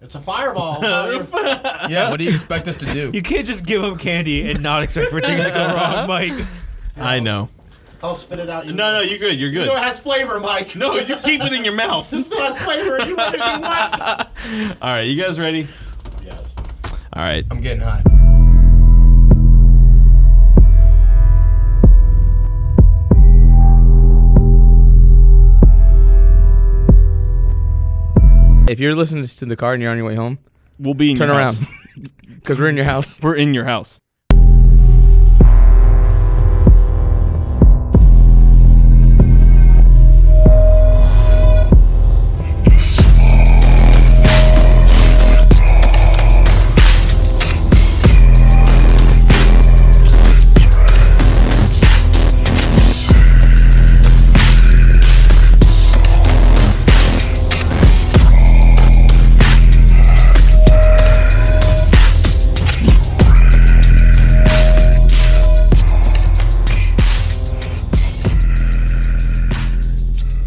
It's a fireball. Mother- Yeah. What do you expect us to do? You can't just give them candy and not expect for things to go wrong, Mike. I know. I'll spit it out. You No, no, you're good. You're You know it good. has flavor, Mike. No, you keep it in your mouth. This still has flavor. You want to do what? All right, you guys ready? Yes. All right. I'm getting high. If you're listening to the car and you're on your way home, We'll be in turn your around house. because we're in your house. We're in your house.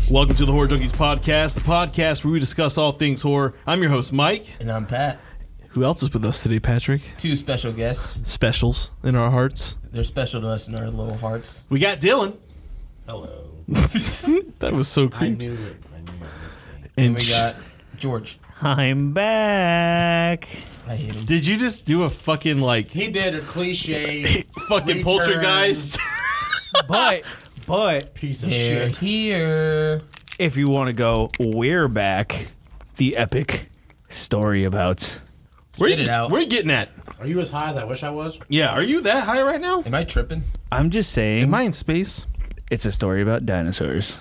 Welcome to the Horror Junkies podcast, the podcast where we discuss all things horror. I'm your host, Mike. And I'm Pat. Who else is with us today, Patrick? Two special guests. Specials in our hearts. They're special to us in our little hearts. We got Dylan. Hello. that was so I creepy. knew it. I knew it was me. And we got George. I'm back. I hate him. Did you just do a fucking like He did a cliche fucking Return. poltergeist? But, but piece of They're shit. here. if you want to go, we're back. The epic story about Where Spit you, it out. Where you getting at? Are you as high as I wish I was? Yeah, are you that high right now? Am I tripping? I'm just saying, Am I in space? it's a story about dinosaurs.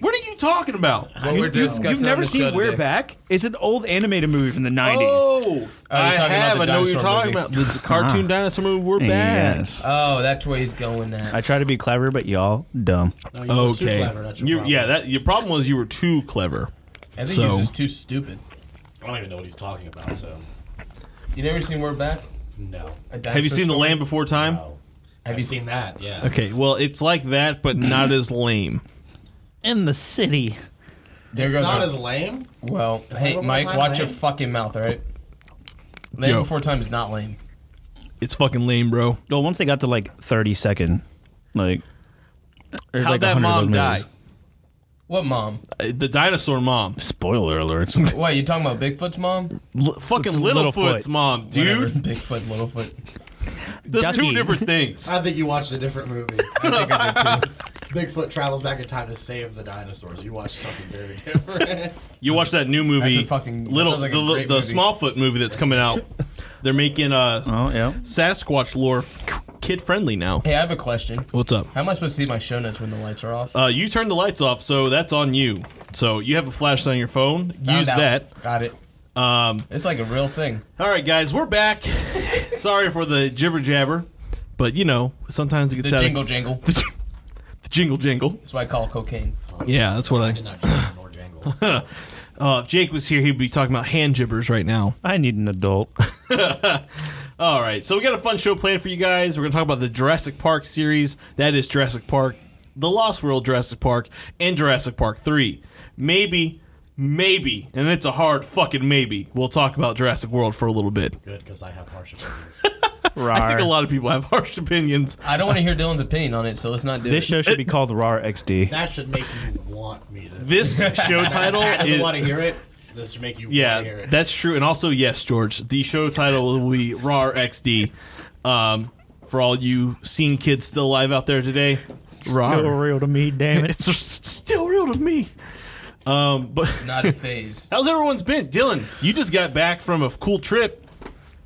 What are you talking about? What we're discussing You've on never the show seen We're today. Back? It's an old animated movie from the 90s. Oh, you're I talking have. about the I know what dinosaur you're talking movie. about. The cartoon dinosaur movie. We're back. Yes. Oh, that's where he's going at. I try to be clever, but y'all dumb. No, you were too Okay. clever. That's your You- problem. yeah, that your problem was you were too clever. I think so- he's just too stupid. I don't even know what he's talking about. So You never seen We're Back? no. Have you seen The Land Before Time? No. Have you seen that? Yeah. Okay, well, it's like that, but not as lame. In the city. There It's goes. not my- as lame. well, hey, Land Mike, Before watch Time your lame? fucking mouth, all right? Land Yo. Before Time is not lame. It's fucking lame, bro. Well, once they got to like 30 second, like. There's How'd like that 100 of mom those die? movies. What mom? Uh, The dinosaur mom. Spoiler alert. What, you talking about Bigfoot's mom? L- fucking It's Littlefoot's Littlefoot. mom, Whatever, dude. Bigfoot, Littlefoot. There's two Ducky. different things. I think you watched a different movie. I think I did too. Bigfoot travels back in time to save the dinosaurs. You watched something very different. You watch that new movie, That's a fucking- little sounds like a the, great the movie. Smallfoot movie that's coming out. They're making uh, Oh, yeah. Sasquatch lore kid friendly now. Hey, I have a question. What's up? How am I supposed to see my show notes when the lights are off? Uh, you turned the lights off, so that's on you. So you have a flashlight on your phone. Found Use out. that. Got it. Um, it's like a real thing. All right, guys, we're back. Sorry for the jibber jabber, but you know sometimes it gets The out jingle of jangle. the, jing- the jingle jingle. That's what I call cocaine. Yeah, that's what I. Did not jingle nor jangle. Uh, if Jake was here, he'd be talking about hand jibbers right now. I need an adult. All right, so we got a fun show planned for you guys. We're going to talk about the Jurassic Park series. That is Jurassic Park, The Lost World Jurassic Park, and Jurassic Park 3. Maybe, maybe, and it's a hard fucking maybe, we'll talk about Jurassic World for a little bit. Good, because I have harsh opinions. I think Rar. a lot of people have harsh opinions. I don't want to hear Dylan's opinion on it, so let's not do This it. show should be called RAR XD. That should make you want me to. This show title I don't want is. to hear it. This should make you want to hear Yeah, it. that's true. And also, yes, George, the show title will be RAR XD. Um, for all you seen kids still alive out there today, Still RAR. real to me, damn it. It's s- still real to me. Um, but Not a phase. How's everyone's been? Dylan, you just got back from a cool trip.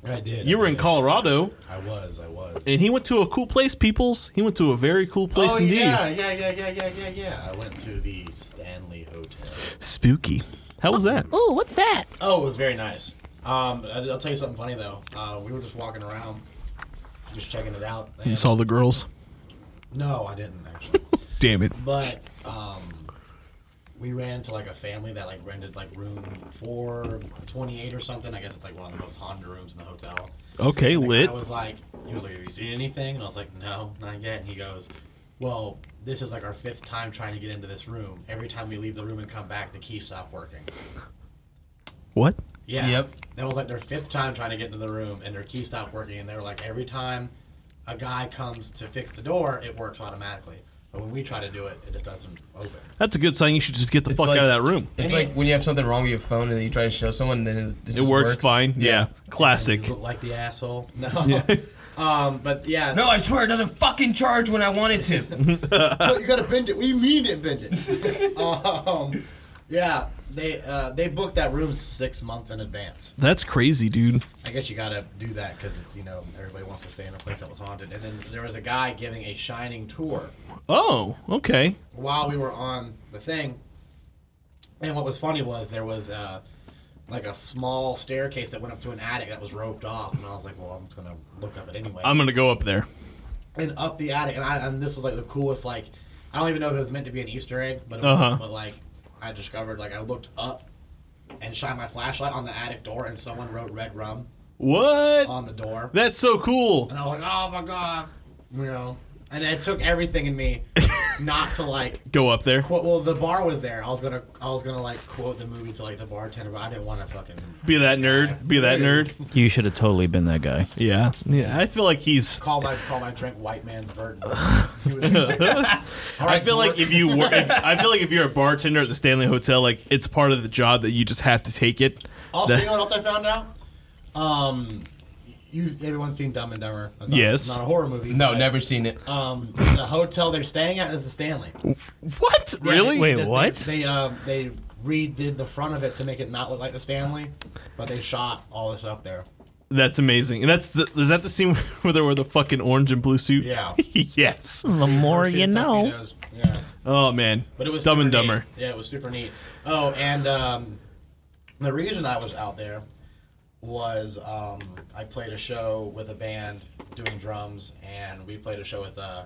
I did. You I were in did. Colorado, I was. I was. and he went to a cool place, peoples. He went to a very cool place oh indeed. yeah, yeah, yeah, yeah, yeah, yeah, yeah. I went to the Stanley Hotel. Spooky. How was that? Ooh, what's that? Oh, it was very nice. Um, I- I'll tell you something funny though. Uh, we were just walking around, just checking it out. You saw the girls. No, I didn't actually. Damn it. But um, we ran to like a family that like rented like room 428 or something. I guess it's like one of the most haunted rooms in the hotel. Okay, lit. I was like, he was like, have you seen anything? And I was like, no, not yet. And he goes, well, this is like our fifth time trying to get into this room. Every time we leave the room and come back, the key stopped working. What? Yeah. Yep. That was like their fifth time trying to get into the room, and their key stopped working. And they were like, every time a guy comes to fix the door, it works automatically. But when we try to do it, it just doesn't open. That's a good sign. You should just get the It's fuck like- out of that room. It's Any- like when you have something wrong with your phone and then you try to show someone, then it, it, It just works, fine. Yeah. You Classic. look like the asshole. No. um, but yeah. No, I swear it doesn't fucking charge when I want it to. But you gotta bend it. We mean it, bend it. um, yeah, they uh, they booked that room six months in advance. That's crazy, dude. I guess you gotta do that because it's you know everybody wants to stay in a place that was haunted. And then there was a guy giving a Shining tour Oh, okay. while we were on the thing. And what was funny was there was uh, like a small staircase that went up to an attic that was roped off, and I was like, well, I'm just gonna look up it anyway. I'm gonna go up there. and up the attic, and I and this was like the coolest. Like I don't even know if it was meant to be an Easter egg, but it was- Uh-huh. but like I discovered, like I looked up and shined my flashlight on the attic door, and someone wrote "Red Rum" What? on the door, That's so cool. and I was like, "Oh my god," you know. And it took everything in me not to like. Go up there. Quote, well, the bar was there. I was gonna, I was gonna like quote the movie to like the bartender, but I didn't want to fucking. Be that nerd. Be that nerd. You should have totally been that guy. Yeah. Yeah. I feel like he's. Call my call my drink white man's burden. He was- All I right, feel Lord. like if you were, if, I feel like if you're a bartender at the Stanley Hotel, like it's part of the job that you just have to take it. Also, That- you know what else I found out? Um, you everyone's seen Dumb and Dumber. That's not, Yes. Not a horror movie. No, but, never seen it. Uh, Um, the hotel they're staying at is the Stanley. What? Really? they- Wait, they- what? They um they redid the front of it to make it not look like the Stanley, but they shot all the stuff there. That's amazing. And that's the is that the scene where they were the fucking orange and blue suit? Yeah. yes. The more See the you know. tuxedos. Yeah. Oh man. But it was Dumb super and Dumber. neat. Yeah, it was super neat. Oh, and um, the reason I was out there was um, I played a show with a band doing drums, and we played a show with uh,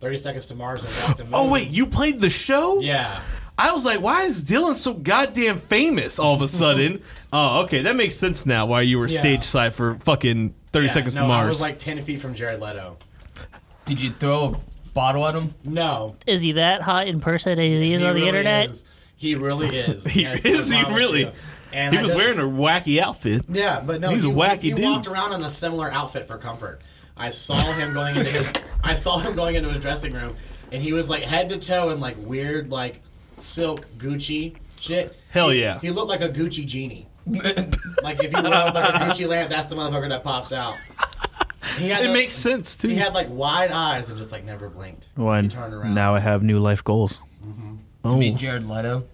Thirty Seconds to Mars and Rock the Moon. Oh wait, you played the show? yeah, I was like, why is Dylan so goddamn famous all of a sudden? oh, okay, that makes sense now. Why you were Yeah. stage side for fucking Thirty Yeah, Seconds no, to Mars? I was like ten feet from Jared Leto. Did you throw a bottle at him? No, Is he that hot in person as he is he on the really internet? is. He really is. He Yes, is, I'm he honest really- with you. And he I was just- wearing a wacky outfit. Yeah, but no, He's a he, wacky he dude. walked around in a similar outfit for comfort. I saw him going into his. I saw him going into his dressing room, and he was like head to toe in like weird like silk Gucci shit. Hell He- yeah. He looked like a Gucci genie. like if you lit up like a Gucci lamp, that's the motherfucker that pops out. He had It the- makes sense too. He had like wide eyes and just like never blinked. He One. turned around. Now I have new life goals. To meet Oh. Jared Leto.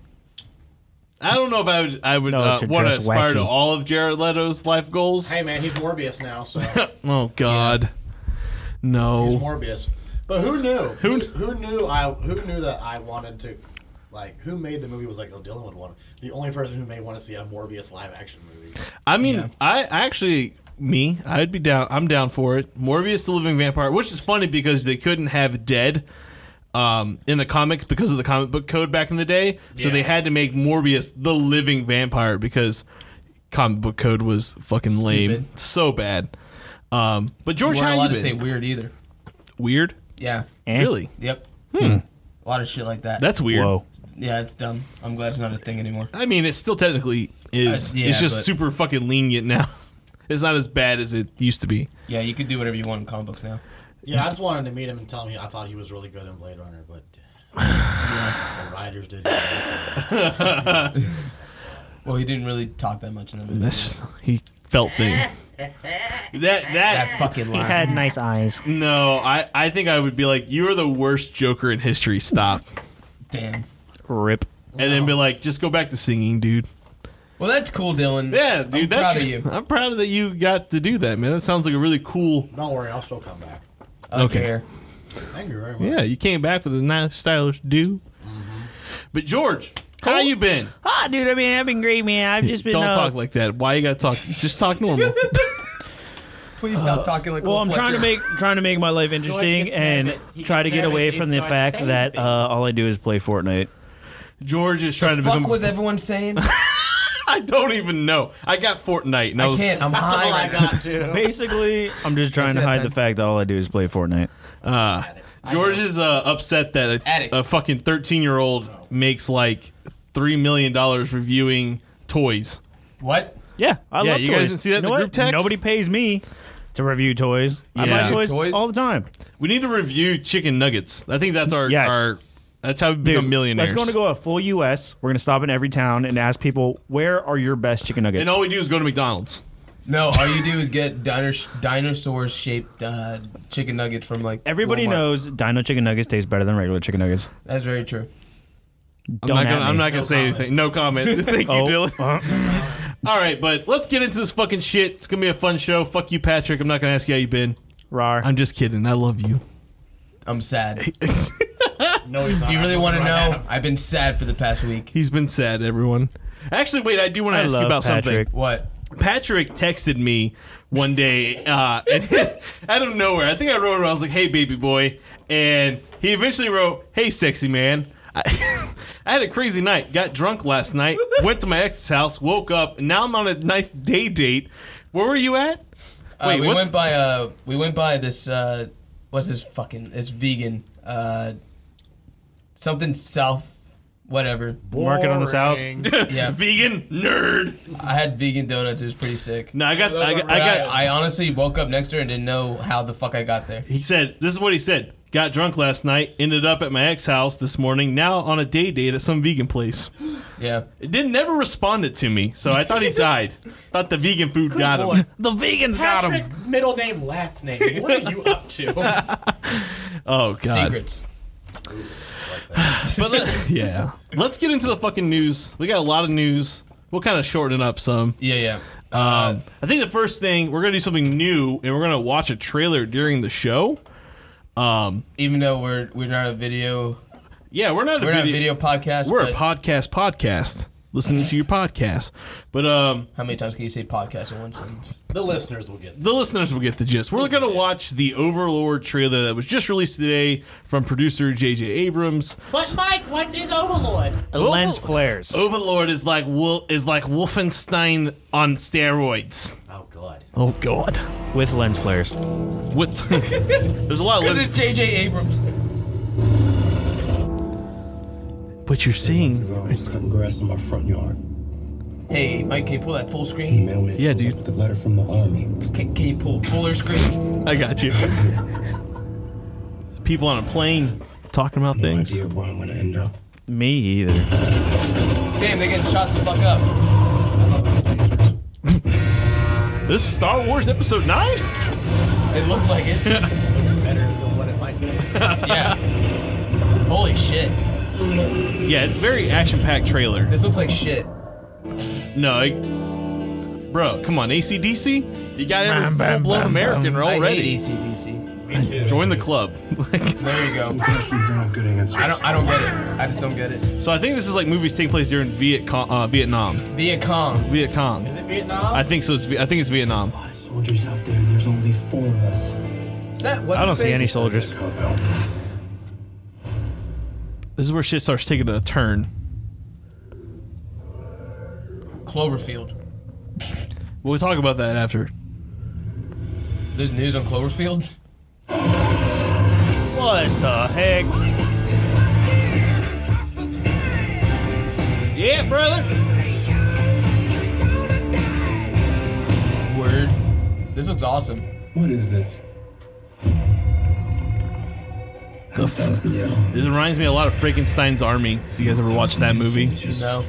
I don't know if I would I would No, uh, to want to dress aspire to wacky. all of Jared Leto's life goals. Hey man, he's Morbius now, so Oh God, He's no. Morbius. But who knew? Who- Who who knew I who knew that I wanted to like who made the movie was like, oh Dylan would want the only person who may want to see a Morbius live action movie. I mean, I actually me I'd be down. I'm down for it. Morbius the Living Vampire, which is funny because they couldn't have dead. Um, in the comics because of the comic book code back in the day, so Yeah. they had to make Morbius the living vampire because comic book code was fucking lame, Stupid. so bad. Um, but George, You weren't how you allowed been? to say weird either. weird? Yeah. Eh? Really? Yep. A lot of shit like that. Hmm. That's weird. Whoa. yeah, it's dumb. I'm glad it's not a thing anymore. I mean, it still technically is. Uh, yeah, it's just but- super fucking lenient now. It's not as bad as it used to be. Yeah, you could do whatever you want in comic books now. Yeah, I just wanted to meet him and tell him he, I thought he was really good in Blade Runner, but uh, the writers did. Well, he didn't really talk that much in the movie. That's he felt thing. That that, that fucking He line. had nice eyes. no, I I think I would be like, you are the worst Joker in history. Stop, Damn. Rip. and then be like, just go back to singing, dude. Well, that's cool, Dylan. Yeah, dude. I'm that's proud of you. I'm proud of that you got to do that, man. That sounds like a really cool. Don't worry, I'll still come back. I don't Okay. care. Thank you very much. Yeah, you came back with a nice stylish do. Mm-hmm. But George, how you been? Ah, dude, I mean, I've been great, man. I've just been. Don't uh, talk like that. Why you gotta talk? Just talk normal. Please stop Uh, talking like. Well, Cole I'm Fletcher. trying to make trying to make my life interesting and try to get away from the fact that uh, all I do is play Fortnite. George is trying to Fuck become. was everyone saying? I don't even know. I got Fortnite. And I, I was, can't. I'm That's high. all I right now. got too. Basically, I'm just trying That's to it, hide man. the fact that all I do is play Fortnite. George is uh, upset that Addict. a, a fucking 13 year old makes like $3 million reviewing toys. What? Yeah, I Yeah, love you toys. guys didn't see that in know the what? group text? Nobody pays me to review toys. I Yeah. buy toys, Toys? all the time. We need to review chicken nuggets. I think that's our Yes. our that's how we become millionaires. Let's go to go a full U.S. We're gonna stop in every town and ask people where are your best chicken nuggets. and all we do is go to McDonald's. No, all you do is get dinos- dinosaur shaped uh, chicken nuggets from like. Everybody Walmart. knows Dino chicken nuggets taste better than regular chicken nuggets. That's very true. I'm Don't not at gonna, I'm me. not gonna say anything. No comment. Thank you, Oh, Dylan. All right, but let's get into this fucking shit. It's gonna be a fun show. Fuck you, Patrick. I'm not gonna ask you how you been. Rar. I'm just kidding. I love you. I'm sad. No, he's not. Do you really want to Right know? now. I've been sad for the past week. He's been sad, everyone. Actually, wait. I do want to I ask you love about Patrick. something. What? Patrick texted me one day uh, and out of nowhere. I think I wrote him. I was like, "Hey, baby boy," and he eventually wrote, "Hey, sexy man." I, I had a crazy night. Got drunk last night. Went to my ex's house. Woke up. And now I'm on a nice day date. Where were you at? Uh, we what's- went by uh we went by this uh what's this fucking it's vegan uh something south whatever Market on the south. Boring. yeah vegan nerd. I had vegan donuts it was pretty sick No, I got, I got, I But I, got. I honestly woke up next to her and didn't know how the fuck I got there He said, "This is what he said." Got drunk last night. Ended up at my ex house this morning. Now on a day date at some vegan place. yeah It didn't never responded to me, so I thought he died. thought the vegan food got him. The vegans Patrick, middle name, last name. What are you up to? Oh god. secrets But let- yeah. Let's get into the fucking news. We got a lot of news. We'll kind of shorten it up some. yeah yeah Oh. Um, I think the first thing we're gonna do something new, and we're gonna watch a trailer during the show. even though we're we're not a video Yeah, we're not a we're not a video. video podcast we're but a podcast podcast. Listening to your podcast, but um, how many times can you say podcast in one sentence The listeners will get. the listeners will get the gist. We're going to watch the Overlord trailer that was just released today from producer J.J. Abrams. But Mike, what is Overlord? Lens Over- flares. Overlord is like Wol- is like Wolfenstein on steroids. Oh god. Oh God! With lens flares. What? There's a lot of this lens. is JJ Abrams What you're seeing? I'm cutting grass in my front yard. hey Mike can you pull that full screen Man, we Yeah, dude. The letter from the army. can, can you pull fuller screen I got you. People on a plane talking about things. Idea where I'm gonna end up. Me either. damn they're getting shot the fuck up This is Star Wars Episode Nine. it looks like it Better than what it might be. Yeah. Holy shit. Yeah, it's very action-packed trailer. This looks like shit. No, I, bro, come on, ACDC. You got every full-blown American I already. hate ACDC. Join the club. Like, There you go. Thank you, you're a good answer. I don't I don't get it. I just don't get it. so I think this is like movies take place during Viet Cong, uh, Vietnam. Viet Cong. Viet Cong. Is it Vietnam? I think so. It's, Vi- I think it's Vietnam. A lot of soldiers out there, and there's only four of us. Is that what's I don't his see face? any soldiers. Cop out. This is where shit starts taking a turn. Cloverfield. We'll talk about that after. There's news on Cloverfield. What the heck? Yeah, brother. Word. This looks awesome. What is this? The fuck? Yeah. This reminds me a lot of Frankenstein's Army. If you guys ever watched that movie, No.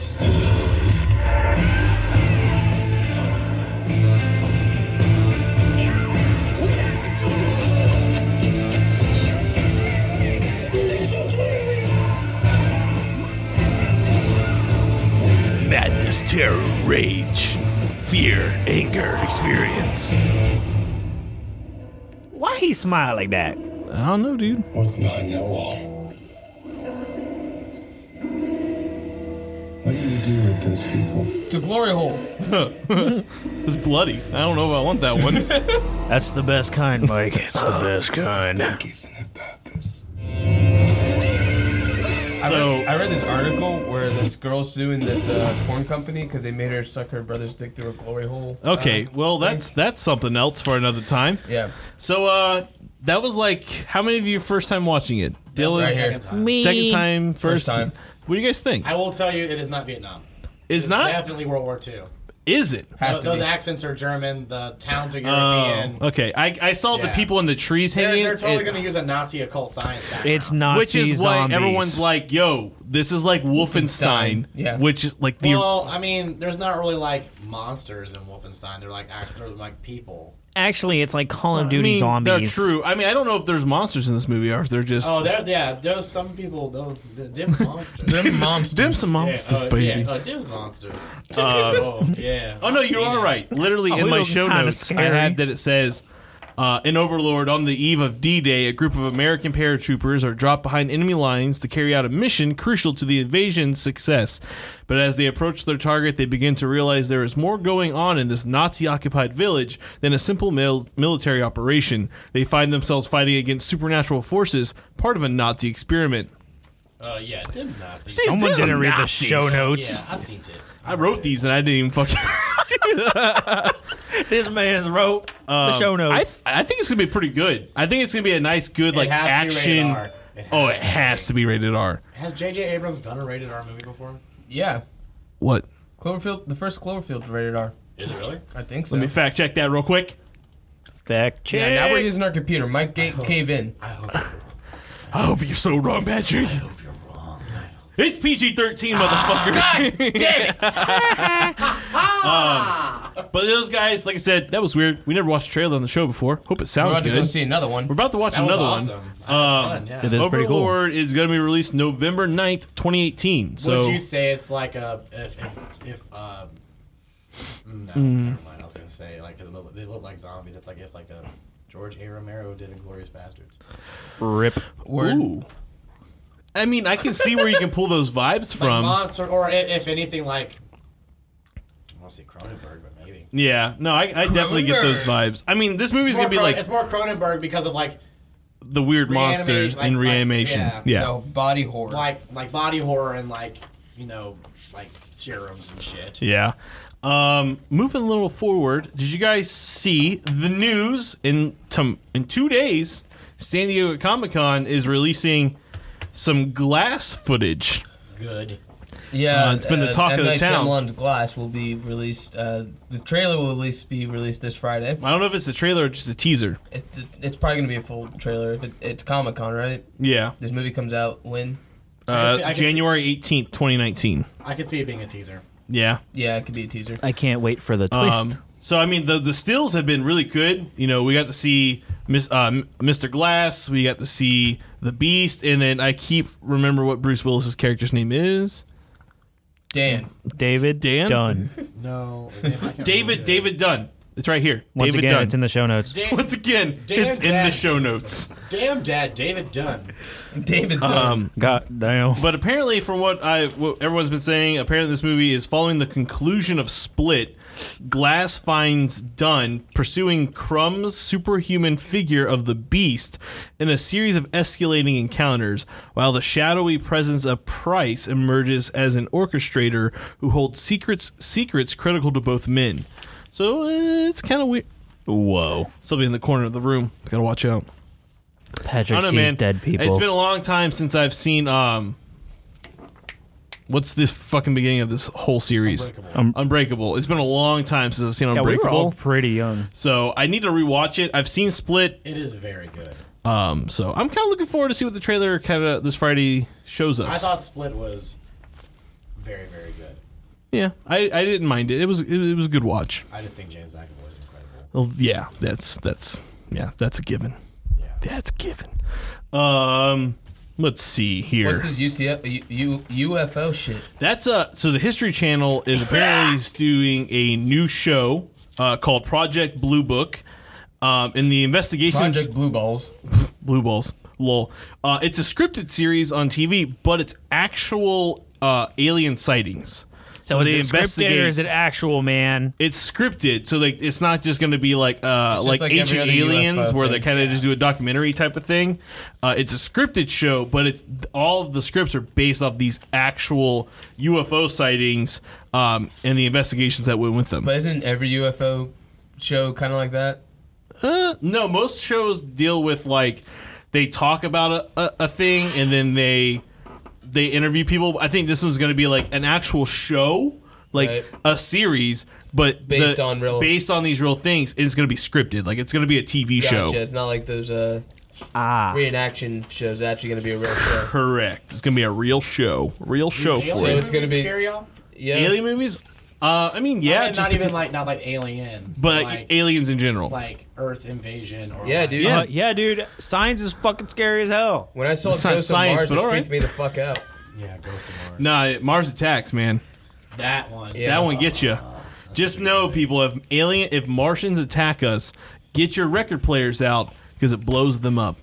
madness, terror, rage, fear, anger, experience. Why he smile like that? I don't know, dude. What's not know all? What do you do with those people? To glory hole. It's bloody. I don't know if I want that one. That's the best kind, Mike. It's the best kind. Given a purpose. so I read this article where this girl's suing this uh, porn company because they made her suck her brother's dick through a glory hole. uh, okay, well that's that's something else for another time. yeah. So uh, that was like how many of you first time watching it? Dylan, Right here. Second time. Me. second time, first, First time. What do you guys think? I will tell you, it is not Vietnam. It's not. Definitely World War II. Is it? Has Those, to be. accents are German. The towns are Oh, European. okay. I, I saw the Yeah. people in the trees They're, hanging. they're totally and- going to use a Nazi occult science background. It's not which is why zombies. everyone's like, "Yo, this is like Wolfenstein." Wolfenstein, yeah. Which is like the Well, I mean, there's not really like monsters in Wolfenstein. They're like act- they're like people. actually it's like Call of I Duty mean, zombies. They're true. I mean, I don't know if there's monsters in this movie or if they're just Oh, there, yeah. There's some people. Those dim monsters. Them monsters. dim some Yeah, monsters, oh, baby. Um, Yeah, oh, dim's monsters. oh, yeah. Oh no, you are right. Literally Oh, in it my was show kinda notes, I scary. had that it says, uh, "In Overlord, on the eve of D-Day, a group of American paratroopers are dropped behind enemy lines to carry out a mission crucial to the invasion's success. But as they approach their target, they begin to realize there is more going on in this Nazi-occupied village than a simple mil- military operation. They find themselves fighting against supernatural forces, part of a Nazi experiment." Uh, yeah, dim's Nazis. Someone These didn't are read Nazis. the show notes. Yeah, I've seen it. I wrote these and I didn't even fucking. This man's wrote the show I, notes. I think it's gonna be pretty good. I think it's gonna be a nice, good like has to be rated action. R. It has oh, it to be. has to be rated R. Has J.J. Abrams done a rated R movie before? Yeah. What? Cloverfield, the first Cloverfield's rated R. Is it really? I think so. Let me fact check that real quick. Fact check. yeah, now we're using our computer. Mike Gate Oh. cave in. I hope you're I hope you're so wrong, Patrick. wrong. It's PG thirteen, motherfucker. Damn it! but those guys, like I said, that was weird. We never watched a trailer on the show before. Hope it We're sounded about to good. go see another one. we're about to watch That another was one. awesome. Um, fun, yeah. It is pretty cool. Overlord is going to be released November 9th, 2018. So Would you say it's like a if if, if um, no, Mm. never mind. I was gonna say like 'cause they look, they look like zombies. It's like if like a George A. Romero did Inglorious Bastards. Rip. Word. Ooh. I mean, I can see where you can pull those vibes Like from. monster, or if, if anything like I want to say Cronenberg, but maybe Yeah, no, I, I definitely get those Cronenberg. vibes. I mean, this movie's It's more gonna be Cron- like it's more Cronenberg because of like the weird reanimation, monsters like- in like- reanimation. yeah. yeah. No, body horror. like like body horror and like you know like serums and shit. Yeah. Um, moving a little forward, did you guys see the news in tom in two days? San Diego Comic Con is releasing some glass footage. Good. Yeah, Uh, it's been the talk M. of the Night town. Shyamalan's Glass will be released. Uh, the trailer will at least be released this Friday. I don't know if it's a trailer or just a teaser. It's it's probably gonna be a full trailer. If it, it's Comic Con, right? Yeah, This movie comes out when? can see- I uh, can see- January eighteenth, twenty nineteen. I could see it being a teaser. Yeah, Yeah, it could be a teaser. I can't wait for the Um, twist. so I mean, the the stills have been really good. You know, we got to see Miss, uh, M- Mr. Glass, we got to see the Beast, and then I keep remember what Bruce Willis's character's name is. Dan, David Dan? Dunn. No, David David Dunn. It's right here. Once David again, Dunn. it's in the show notes. Once again, Dan it's in the Dunn. show notes. Damn, Dad, David Dunn. David. Um, God damn. but apparently, from what I what everyone's been saying, apparently this movie is following the conclusion of Split. Glass finds Dunn pursuing Crumb's superhuman figure of the Beast in a series of escalating encounters, while the shadowy presence of Price emerges as an orchestrator who holds secrets secrets critical to both men. So uh, it's kind of weird. Whoa. Somebody in the corner of the room. Gotta watch out. I Patrick don't know, sees man. dead people. It's been a long time since I've seen um. What's this fucking beginning of this whole series? Unbreakable. Um, It's been a long time since I've seen yeah, we Unbreakable. were all pretty young. so I need to rewatch it. I've seen Split. It is very good. Um, so I'm kind of looking forward to see what the trailer kind of this Friday shows I us. thought Split was very, very good. yeah, I, I didn't mind it. It was it, was a good watch. I just think James McAvoy is incredible. Well, yeah, that's that's yeah, that's a given. Yeah. That's a given. Um, let's see here. What's this UCF, U, U, UFO shit? That's uh so the History Channel is apparently is doing a new show uh, called Project Blue Book. Um, in the investigation, Project Blue Balls. Blue Balls, lol. Uh, it's a scripted series on TV, but it's actual uh, alien sightings. So, is it scripted or is it actual, man? It's scripted, so like it's not just going to be like uh It's like, just like every ancient other UFO aliens where they thing. kind of just do a documentary type of thing. Uh, it's a scripted show, but it's all of the scripts are based off these actual UFO sightings um, and the investigations that went with them. But isn't every UFO show kind of like that? Uh, no, most shows deal with like they talk about a, a, a thing and then they they interview people. I think this one's going to be like an actual show, like Right. a series, but Based the- on real- based on these real things, it's going to be scripted. Like it's going to be a TV Gotcha. show. It's not like those uh, ah. reenaction shows. It's actually going to be a real show. Correct. It's going to be a real show. Real show Alien for So it. it's gonna movies be- scare y'all? Yeah. Alien movies. Uh, I mean, yeah, I mean, just not even like not like Alien, but like, aliens in general. like Earth invasion or Yeah, like- dude. Yeah. Uh, yeah, dude. Science is fucking scary as hell. When I saw That's not Ghost of science, Mars, it but all freaked right. me the fuck out. Yeah, Ghost of Mars. nah, Mars Attacks, man. That one. Yeah. That one gets you. Just know, people, if alien, if Martians attack us, get your record players out because it blows them up.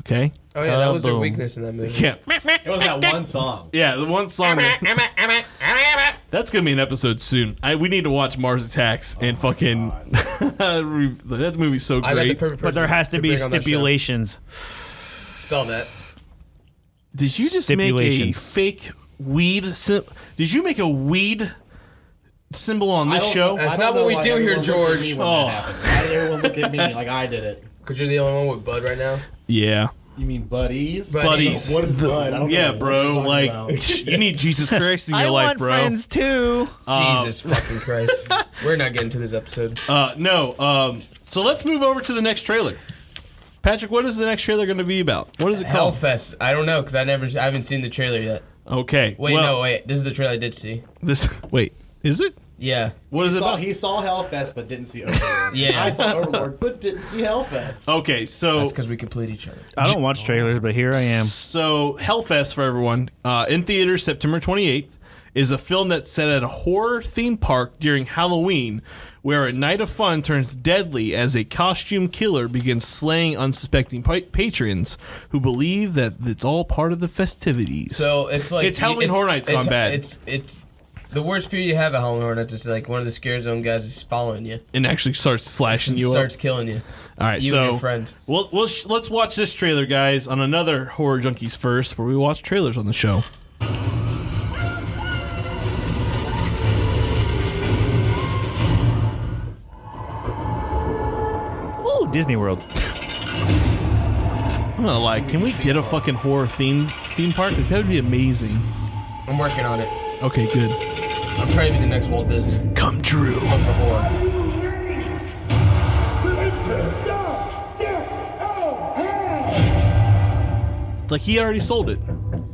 Okay. Oh yeah, that was their Kaboom. weakness in that movie. Yeah. It was that one song. Yeah. The one song. That, that's gonna be an episode soon. I, we need to watch Mars Attacks and fucking. that movie's so I got the great. perfect. But there person has to be bring on that show. stipulations. Spell that. Did you just make a Stipulations. fake weed? Sim- Did you make a weed symbol on I this don't- show? I That's don't not what know we why do here, everyone looked at me George. when Oh. that happened. Why did everyone look at me like I did it? Cause you're the only one with Bud right now. yeah. You mean buddies? Buddies. What is bud? I don't Yeah, know what bro. you're talking Like, about. you need Jesus Christ in your life, bro. too. Jesus fucking Christ. We're not getting to this episode. Uh, no. Um, so let's move over to the next trailer. Patrick, what is the next trailer going to be about? What is it called? Hellfest. I don't know because I never, I haven't seen the trailer yet. Okay. Wait, well, no, wait. This is the trailer I did see. This. Wait. Is it? Yeah. What is He it saw, about? he saw Hellfest but didn't see Overlord. Yeah. I saw Overlord but didn't see Hellfest. Okay. So. That's because we complete each other. I don't watch trailers, but here I am. So Hellfest for everyone uh, in theaters September 28th is a film that's set at a horror theme park during Halloween, where a night of fun turns deadly as a costume killer begins slaying unsuspecting pa- patrons who believe that it's all part of the festivities. So it's like It's Halloween Horror Nights it's, gone bad. It's it's the worst fear you have at Halloween Horror Nights is like one of the scare zone guys is following you, and actually starts slashing and you starts up. killing you. All right, you so and your friends. Well, we'll sh- let's watch this trailer, guys, on another Horror Junkies first, where we watch trailers on the show. Ooh, Disney World. I'm gonna like, can we get a fucking horror theme theme park? Like, that would be amazing. I'm working on it. Okay, good. I'm trying to be the next Walt Disney Come true. but for horror. Like he already sold it.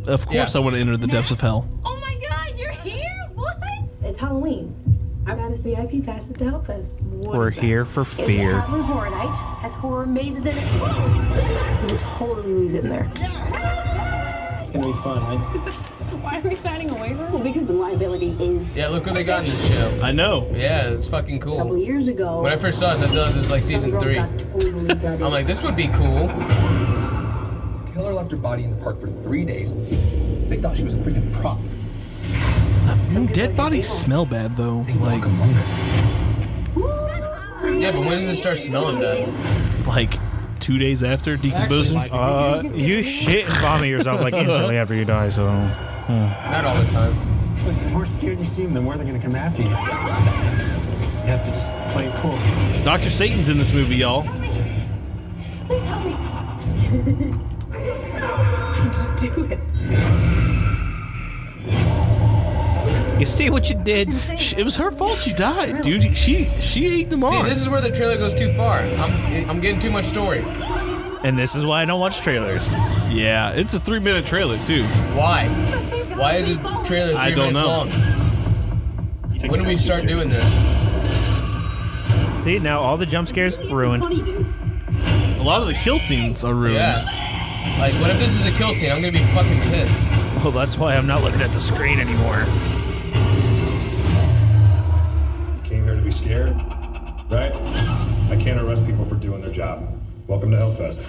Of course, Yeah. I want to enter the depths of hell. Oh my god, you're here? What? It's Halloween. I got us VIP passes to help us. What We're is that? here for It's fear. Halloween Horror Night. Has horror mazes in it. You would totally lose it in there. It's gonna be fun. Why are we signing a waiver? Well, because the liability is. Yeah, look what they got in this show. I know. Yeah, it's fucking A couple cool. years ago. When I first saw this, I thought this was like some season girl three. got totally gutted. I'm like, this would be cool. Killer left her body in the park for three days. They thought she was a freaking prop. dead bodies smell bad though. They walk among us. Yeah, but when does it start smelling bad? Like two days after Actually, decomposing. like, Uh, you shit and vomit yourself like instantly after you die. So Not all the time. The more scared you seem, the more they're gonna come after you. You have to just play it cool. Doctor Satan's in this movie, y'all. Please help me. Just do it. you see what you did. She- it was her fault. She died, dude. She she ate them See, on. this is where the trailer goes too far. I'm I'm getting too much story. And this is why I don't watch trailers. yeah, it's a three minute trailer too. Why? Why is the trailer three I don't minutes know. long? When do we start doing this? See now all the jump scares ruined. A lot of the kill scenes are ruined. Yeah. Like, what if this is a kill scene? I'm gonna be fucking pissed. Well, that's why I'm not looking at the screen anymore. Came here to be scared, right? I can't arrest people for doing their job. Welcome to Hellfest.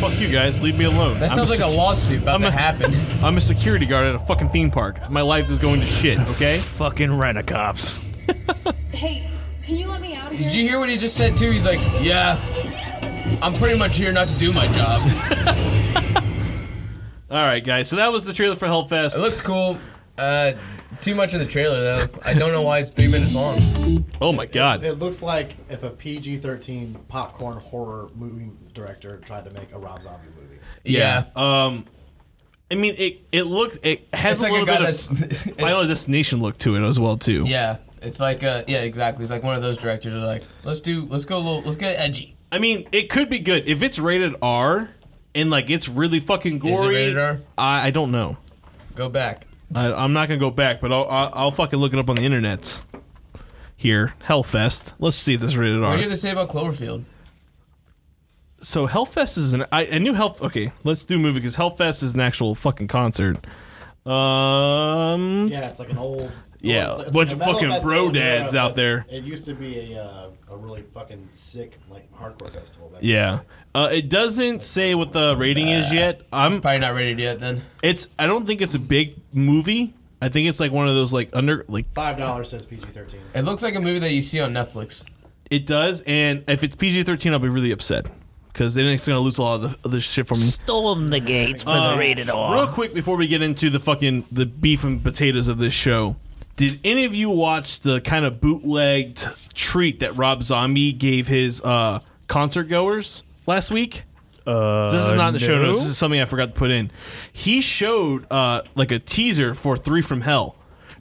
Fuck you guys. Leave me alone. That sounds I'm like a se- lawsuit about I'm to a- happen. I'm a security guard at a fucking theme park. My life is going to shit. Okay. Fucking rent a cops. Hey, can you let me out of Did you hear what he just said too? He's like, yeah, I'm pretty much here not to do my job. All right, guys. So that was the trailer for Hellfest. It looks cool. Uh, too much in the trailer though. I don't know why it's three minutes long. oh my god. It looks like if a PG 13 Oh. popcorn horror movie director tried to make a Rob Zombie movie. Yeah. Um, I mean, it it looks it has It's a like a little guy bit that's. of it's- Final Destination look to it as well too. yeah, it's like uh, yeah, exactly. It's like one of those directors are like, let's do, let's go a little, let's get edgy. I mean, it could be good if it's rated R and like it's really fucking Is it gory. rated R? I I don't know. Go back. I, I'm not gonna go back, but I'll, I'll I'll fucking look it up on the internets. Here, Hellfest. Let's see if this is rated What R. do you have to say about Cloverfield? so Hellfest is an I, I knew Hell. Okay, let's do movie because Hellfest is an actual fucking concert. Um, Yeah, it's like an old. Yeah, it's- it's bunch a of metal fucking festival bro in Europe, dads out but there. It used to be a uh, a really fucking sick like hardcore festival. Back yeah. Uh, it doesn't say what the rating is yet. I'm Probably not rated yet. Then It's. I don't think it's a big movie. I think it's like one of those like under like Five dollars says PG thirteen. it looks like a movie that you see on Netflix. it does. And if it's PG thirteen, I'll be really upset because then it's gonna lose a lot of the, of the shit from me. Storm the gates for the rated Real R. quick before we get into the fucking the beef and potatoes of this show, did any of you watch the kind of bootlegged treat that Rob Zombie gave his uh, concert goers last week? Uh, this is not in the show no? notes. This is something I forgot to put in. He showed uh, like a teaser for Three from Hell,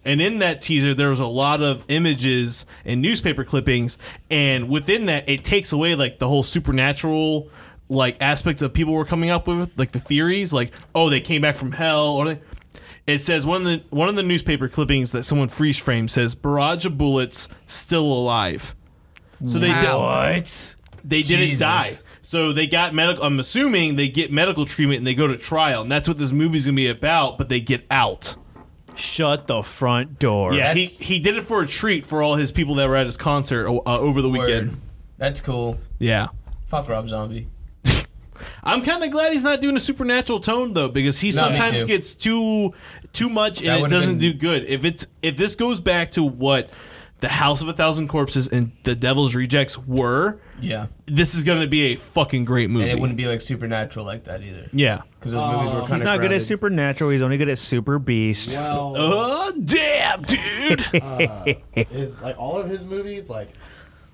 and in that teaser there was a lot of images and newspaper clippings, and within that it takes away like the whole supernatural like aspect that people were coming up with, like the theories, like oh they came back from hell or they. It says one of the one of the newspaper clippings that someone freeze framed says barrage of bullets still alive. So they did- What? they didn't Jesus. die. So they got medical. I'm assuming they get medical treatment and they go to trial, and that's what this movie's gonna be about. But they get out. Shut the front door. yeah, he, that's- he did it for a treat for all his people that were at his concert uh, over the weekend. Word. That's cool. Yeah, Fuck Rob Zombie. I'm kind of glad he's not doing a supernatural tone though, because he No, me sometimes too. gets too too much That and it would've doesn't been- do good. If it's if this goes back to what the House of a Thousand Corpses and the Devil's Rejects were, Yeah, this is gonna be a fucking great movie. and it wouldn't be like supernatural like that either. yeah. because those movies were kind of He's not good at Supernatural. He's only good at Super Beast. Well, Oh damn, dude. is like all of his movies like?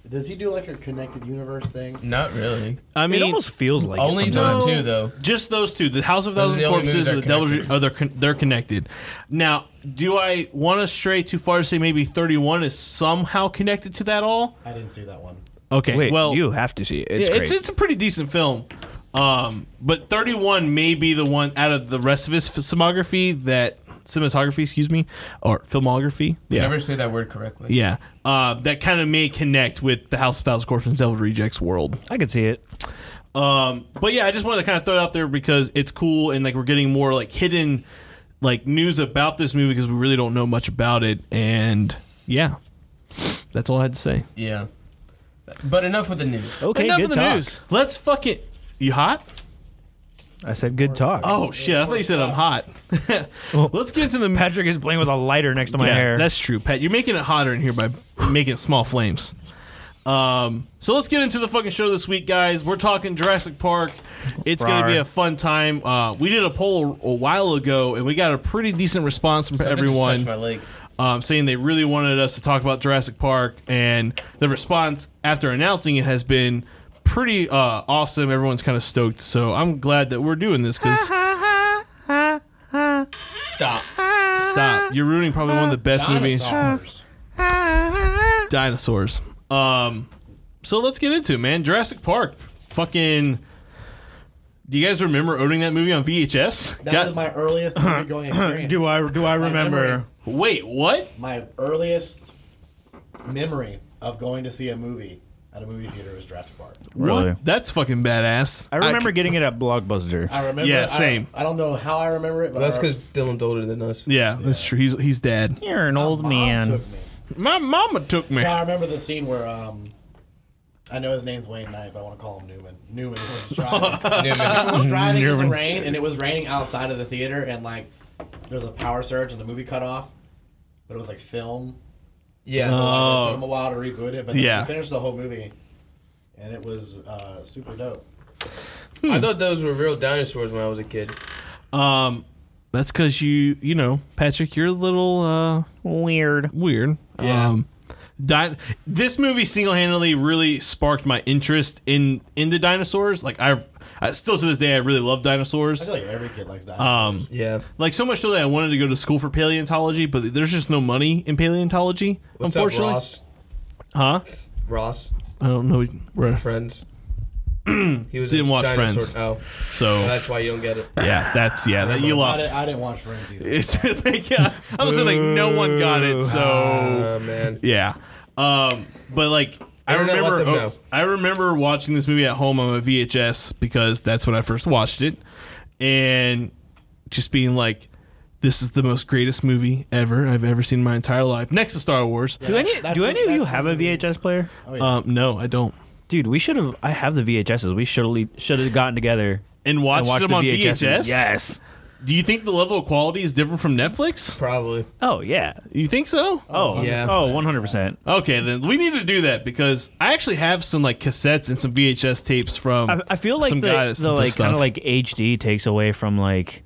Does he do like a connected universe thing? Not really. I mean, it almost feels like Only it sometimes. those No. two though. just those two, the House of Those are Thousand the only movies Corpses that and the are Devil's connected. oh, they're, con- they're connected. Now, do I want to stray too far to say maybe 31 is somehow connected to that all? I didn't see that one. Okay, Wait, well, you have to see it. It's yeah, great. it's it's a pretty decent film. Um, but 31 may be the one out of the rest of his filmography that cinematography, excuse me, or filmography. You Yeah. Never say that word correctly. yeah. Uh, that kind of may connect with the House of Thousand Corpses and Devil Rejects world. I could see it. Um, but yeah, I just wanted to kind of throw it out there because it's cool and like we're getting more like hidden like news about this movie because we really don't know much about it. And yeah, that's all I had to say. Yeah. But enough with the news. Okay, Enough good of the talk. news. Let's fucking. You hot? I said good talk. Oh shit! I thought you said I'm hot. Let's get into the Patrick is playing with a lighter next to my Yeah, hair. That's true, Pat. You're making it hotter in here by making small flames. Um, so let's get into the fucking show this week, guys. We're talking Jurassic Park. It's going to be Rawr. a fun time. Uh, we did a poll a while ago, and we got a pretty decent response from Something just touched my everyone leg. um, saying they really wanted us to talk about Jurassic Park. And the response after announcing it has been pretty uh, awesome. Everyone's kind of stoked. So I'm glad that we're doing this because Stop. stop. You're ruining probably one of the best movies. Dinosaurs. dinosaurs. Um, so let's get into it, man. Jurassic Park. Fucking. Do you guys remember owning that movie on VHS? That Got- was my earliest movie going experience. do I do I remember? memory. Wait, what? My earliest memory of going to see a movie at a movie theater was Jurassic Park. Really? What? That's fucking badass. I remember getting it at Blockbuster. I remember. Yeah, I- same. I, don't know how I remember it, but That's I because Dylan's older than us. yeah, that's true. He's he's dad. You're an old remember- man. took me. My mama took me. Yeah, I remember the scene where um, I know his name's Wayne Knight, but I want to call him Newman. Newman was driving, Newman was driving in the rain, and it was raining outside of the theater, and like there was a power surge, and the movie cut off, but it was like film, Yeah. so like, it Oh. took him a while to reboot it, but then Yeah. we finished the whole movie, and it was uh, super dope. I thought those were real dinosaurs when I was a kid. Um, that's because you you know Patrick, you're a little uh Weird. weird. Yeah. Um, di- this movie single handedly really sparked my interest in in the dinosaurs. Like I I, still to this day, I really love dinosaurs. I feel like every kid likes dinosaurs. Um, yeah. Like so much so that I wanted to go to school for paleontology, but there's just no money in paleontology. What's up, unfortunately, Ross? huh? Ross, I don't know. We're friends. He was Didn't a watch dinosaur. Friends. Oh. Oh, So- that's why you don't get it. Yeah, that's yeah. That, you I lost. didn't, I didn't watch Friends either. It's like, yeah, I'm just saying like no one got it. So Oh man. yeah, um, but like I Internet let remember, them oh, know. I remember watching this movie at home on a VHS because that's when I first watched it, and just being like, "This is the most greatest movie ever I've ever seen in my entire life." Next to Star Wars. Do any that's do the- any of you that's have a VHS player? Um, no, I don't. Dude, we should have. I have the VHSs. We should should have gotten together And watched, and watched them the on VHS. VHS. Yes. Do you think the level of quality is different from Netflix? Probably. Oh yeah. You think so? Oh Yeah. Oh, one hundred percent. Okay, then we need to do that because I actually have some like cassettes and some VHS tapes from. I, I feel like some the, guys the like kind of like HD takes away from like.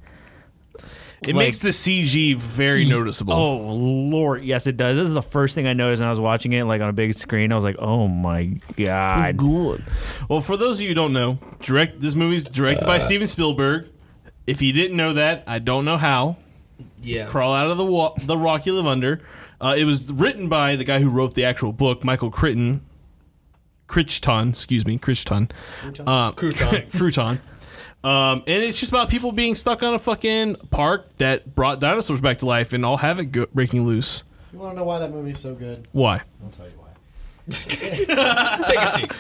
it makes the CG very noticeable. Oh lord, yes it does. This is the first thing I noticed when I was watching it like on a big screen. I was like, oh my god. good. Well, for those of you who don't know, direct this movie's directed Uh. by Steven Spielberg. If you didn't know that, I don't know how. Yeah. Crawl out of the wa- the rock you live under. Uh, it was written by the guy who wrote the actual book, Michael Crichton. Crichton, excuse me, Crichton. Uh, Crouton. Crouton. Um, and it's just about people being stuck on a fucking park that brought dinosaurs back to life and all havoc go- breaking loose. You want to know why that movie's so good? Why? I'll tell you why. Take a seat.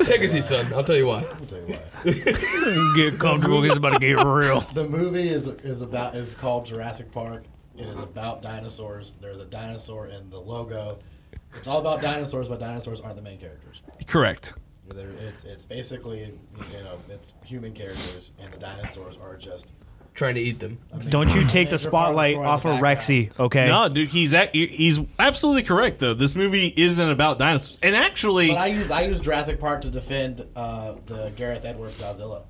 Take a seat, son. I'll tell you why. I'll tell you why. Get comfortable, 'cause it's about to get real. The movie is is about is called Jurassic Park. It Uh-huh. is about dinosaurs. There's a dinosaur in the logo. It's all about dinosaurs, but dinosaurs aren't the main characters. Correct. They're, it's it's basically you know it's human characters, and the dinosaurs are just. Trying to eat them. Don't you take the spotlight off of Rexy, okay? No, dude, he's ac he's absolutely correct though. This movie isn't about dinosaurs, and actually, But I use I use Jurassic Park to defend uh, the Gareth Edwards Godzilla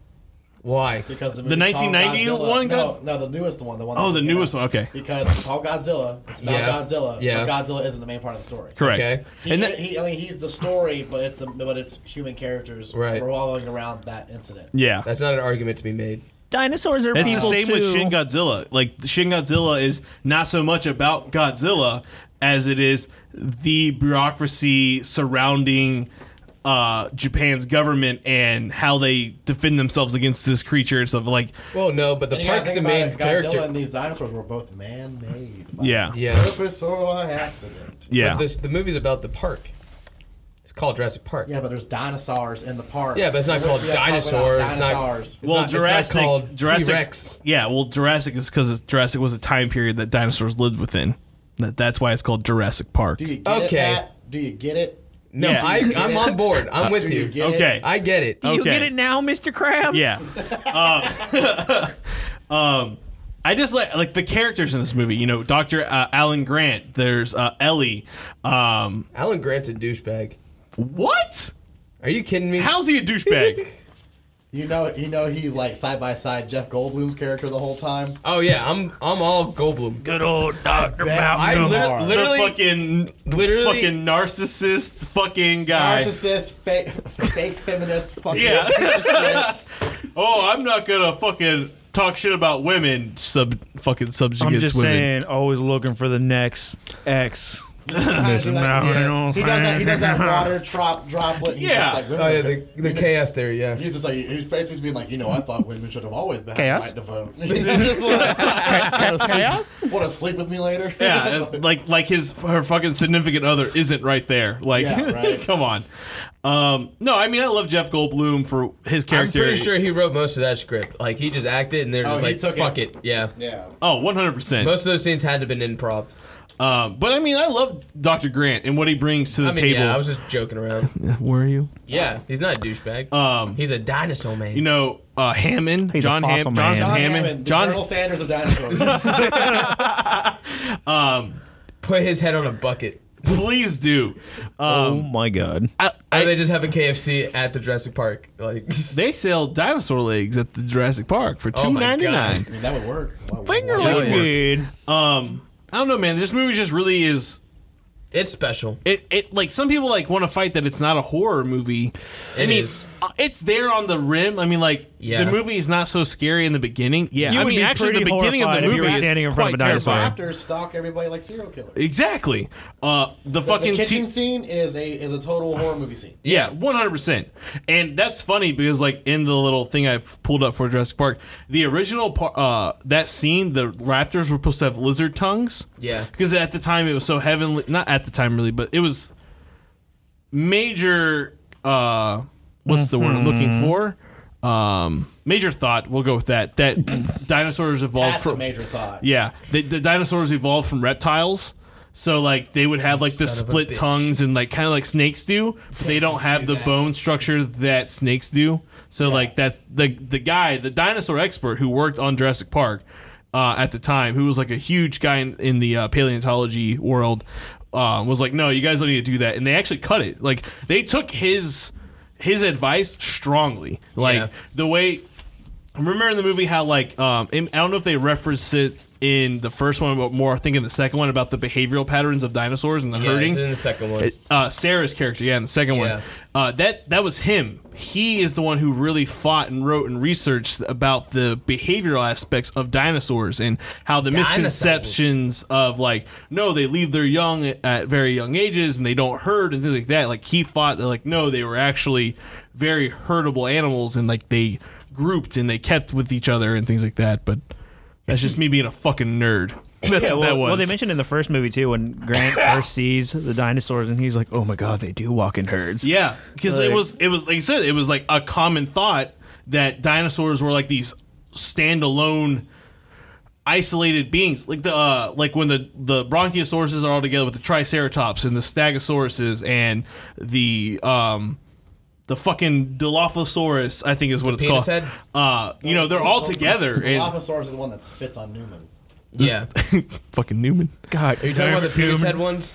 Why? because the, The movie's called 1990 Godzilla- one No, Godz- no, the newest one. The one. oh, that just the came newest out. one. Okay, Because it's called Godzilla. It's about Yeah. Godzilla. Yeah. But Godzilla isn't the main part of the story. correct. Okay. He, And that, he, I mean, he's the story, but it's the, but it's human characters Right. revolving around that incident. yeah, That's not an argument to be made. Dinosaurs are It's people the same too. with Shin Godzilla. Like Shin Godzilla is not so much about Godzilla as it is the bureaucracy surrounding uh, Japan's government and how they defend themselves against this creature and stuff. Like, Well, no, but the And you gotta park's the think main about it, Godzilla character. and these dinosaurs were both man-made. by yeah, yeah. Purpose or accident. yeah. But this, the movie's about the park. It's called Jurassic Park. Yeah, but there's dinosaurs in the park. Yeah, but it's not We're- called yeah, talking about dinosaurs, it's not- Dinosaurs. Well, not- it's not called Jurassic, T-Rex. Yeah, well, Jurassic is because Jurassic was a time period that dinosaurs lived within. That, that's why it's called Jurassic Park. Do you get Okay. it? Matt? Do you get it? No, Yeah. Oh. I, I'm on board. I'm with Do you you. get it? Okay. I get it. Okay. You get it now, Mr. Krabs? Yeah. Uh, um, I just like like the characters in this movie. You know, Doctor uh, Alan Grant. There's uh, Ellie. Um, Alan Grant's a douchebag. what? Are you kidding me? How's he a douchebag? You know, you know, he's like side by side Jeff Goldblum's character the whole time. Oh yeah, I'm I'm all Goldblum. Good old Dr. Bet I Malcolm. liter- hard. the literally, fucking literally- fucking narcissist fucking guy. Narcissist, fake, fake feminist, fucking. Yeah. piece of shit. Oh, I'm not gonna fucking talk shit about women. Sub fucking subjugates I'm just women. saying, always looking for the next X. Kinda do that, Now, you yeah. know what I'm He does that. He does that saying? water drop droplet. He's Yeah. Just like, Oh yeah, the, the chaos theory. Yeah. He's just like he's basically being like, you know, I thought women should have always been Chaos? right to vote. He's just like, Chaos? want to sleep with me later? yeah, uh, like like his her fucking significant other isn't right there. Like, Yeah, right. come on. Um, no, I mean I love Jeff Goldblum for his I'm character. pretty sure he wrote most of that script. Like he just acted, and they're Oh, just he like, took "Fuck it. it. Yeah. yeah. Oh, 100%. Most of those scenes had to have been improv. Um, but I mean, I love Dr. Grant and what he brings to the I mean, table. yeah, I was just joking around. Were you? Yeah, he's not a douchebag. Um, he's a dinosaur man. You know, uh, Hammond, He's a John, Ham- fossil John, man. John Hammond, Hammond, the Colonel John, Sanders of dinosaurs. put his head on a bucket. please do. oh my god. I, Or I, they just have a KFC at the Jurassic Park. Like, they sell dinosaur legs at the Jurassic Park for Oh two my God. ninety nine. I mean, that would work. Finger yeah. like dude. Um, I don't know, man. This movie just really is it's special. it, it like some people like want to fight that it's not a horror movie. I It mean, is. uh, it's there on the rim. I mean, like Yeah. the movie is not so scary in the beginning. Yeah. you I would mean, be actually, pretty the beginning of the horrified if you movie were is standing in front of a quite dinosaur. terrifying. Raptors stalk everybody like serial killers. Exactly. Uh, the The, the fucking kitchen te- scene is a is a total horror movie scene. Yeah, one hundred percent. And that's funny because like in the little thing I pulled up for Jurassic Park, the original part uh, that scene, the raptors were supposed to have lizard tongues. Yeah. because at the time it was so heavenly. Not at the time really, but it was major. Uh, what's the word I'm looking for? Um, major thought. We'll go with that. That dinosaurs evolved That's a from major thought. yeah, the, the dinosaurs evolved from reptiles. So like they would have like the Son of a split bitch. tongues and like kind of like snakes do. But they don't have the bone structure that snakes do. So like that the the guy, the dinosaur expert who worked on Jurassic Park uh, at the time, who was like a huge guy in, in the uh, paleontology world, um, was like, no, you guys don't need to do that. And they actually cut it. Like they took his his advice strongly. Like Yeah. the way remember in the movie how like um in- I don't know if they referenced it in the first one, but more I think in the second one about the behavioral patterns of dinosaurs and the Yeah, herding. it's in the second one. Uh, Sarah's character, yeah, in the second Yeah. one, uh, that that was him. He is the one who really fought and wrote and researched about the behavioral aspects of dinosaurs and how the Dinosaurs. misconceptions of like, no, they leave their young at very young ages and they don't herd and things like that. Like he fought that, like no, they were actually very herdable animals and like they grouped and they kept with each other and things like that. But that's just me being a fucking nerd. That's Yeah, what well, that was. well, they mentioned in the first movie too when Grant first sees the dinosaurs and he's like, "Oh my god, they do walk in herds." Yeah, because it Like- was it was like I said, it was like a common thought that dinosaurs were like these standalone, isolated beings, like the uh, like when the the bronciosauruses are all together with the triceratops and the stegosauruses and the um. The fucking Dilophosaurus, I think is what it's called. penis head? Uh, you know, they're all together. The and Dilophosaurus is the one that spits on Newman. Yeah. fucking Newman. God, Are you talking about the penis head ones?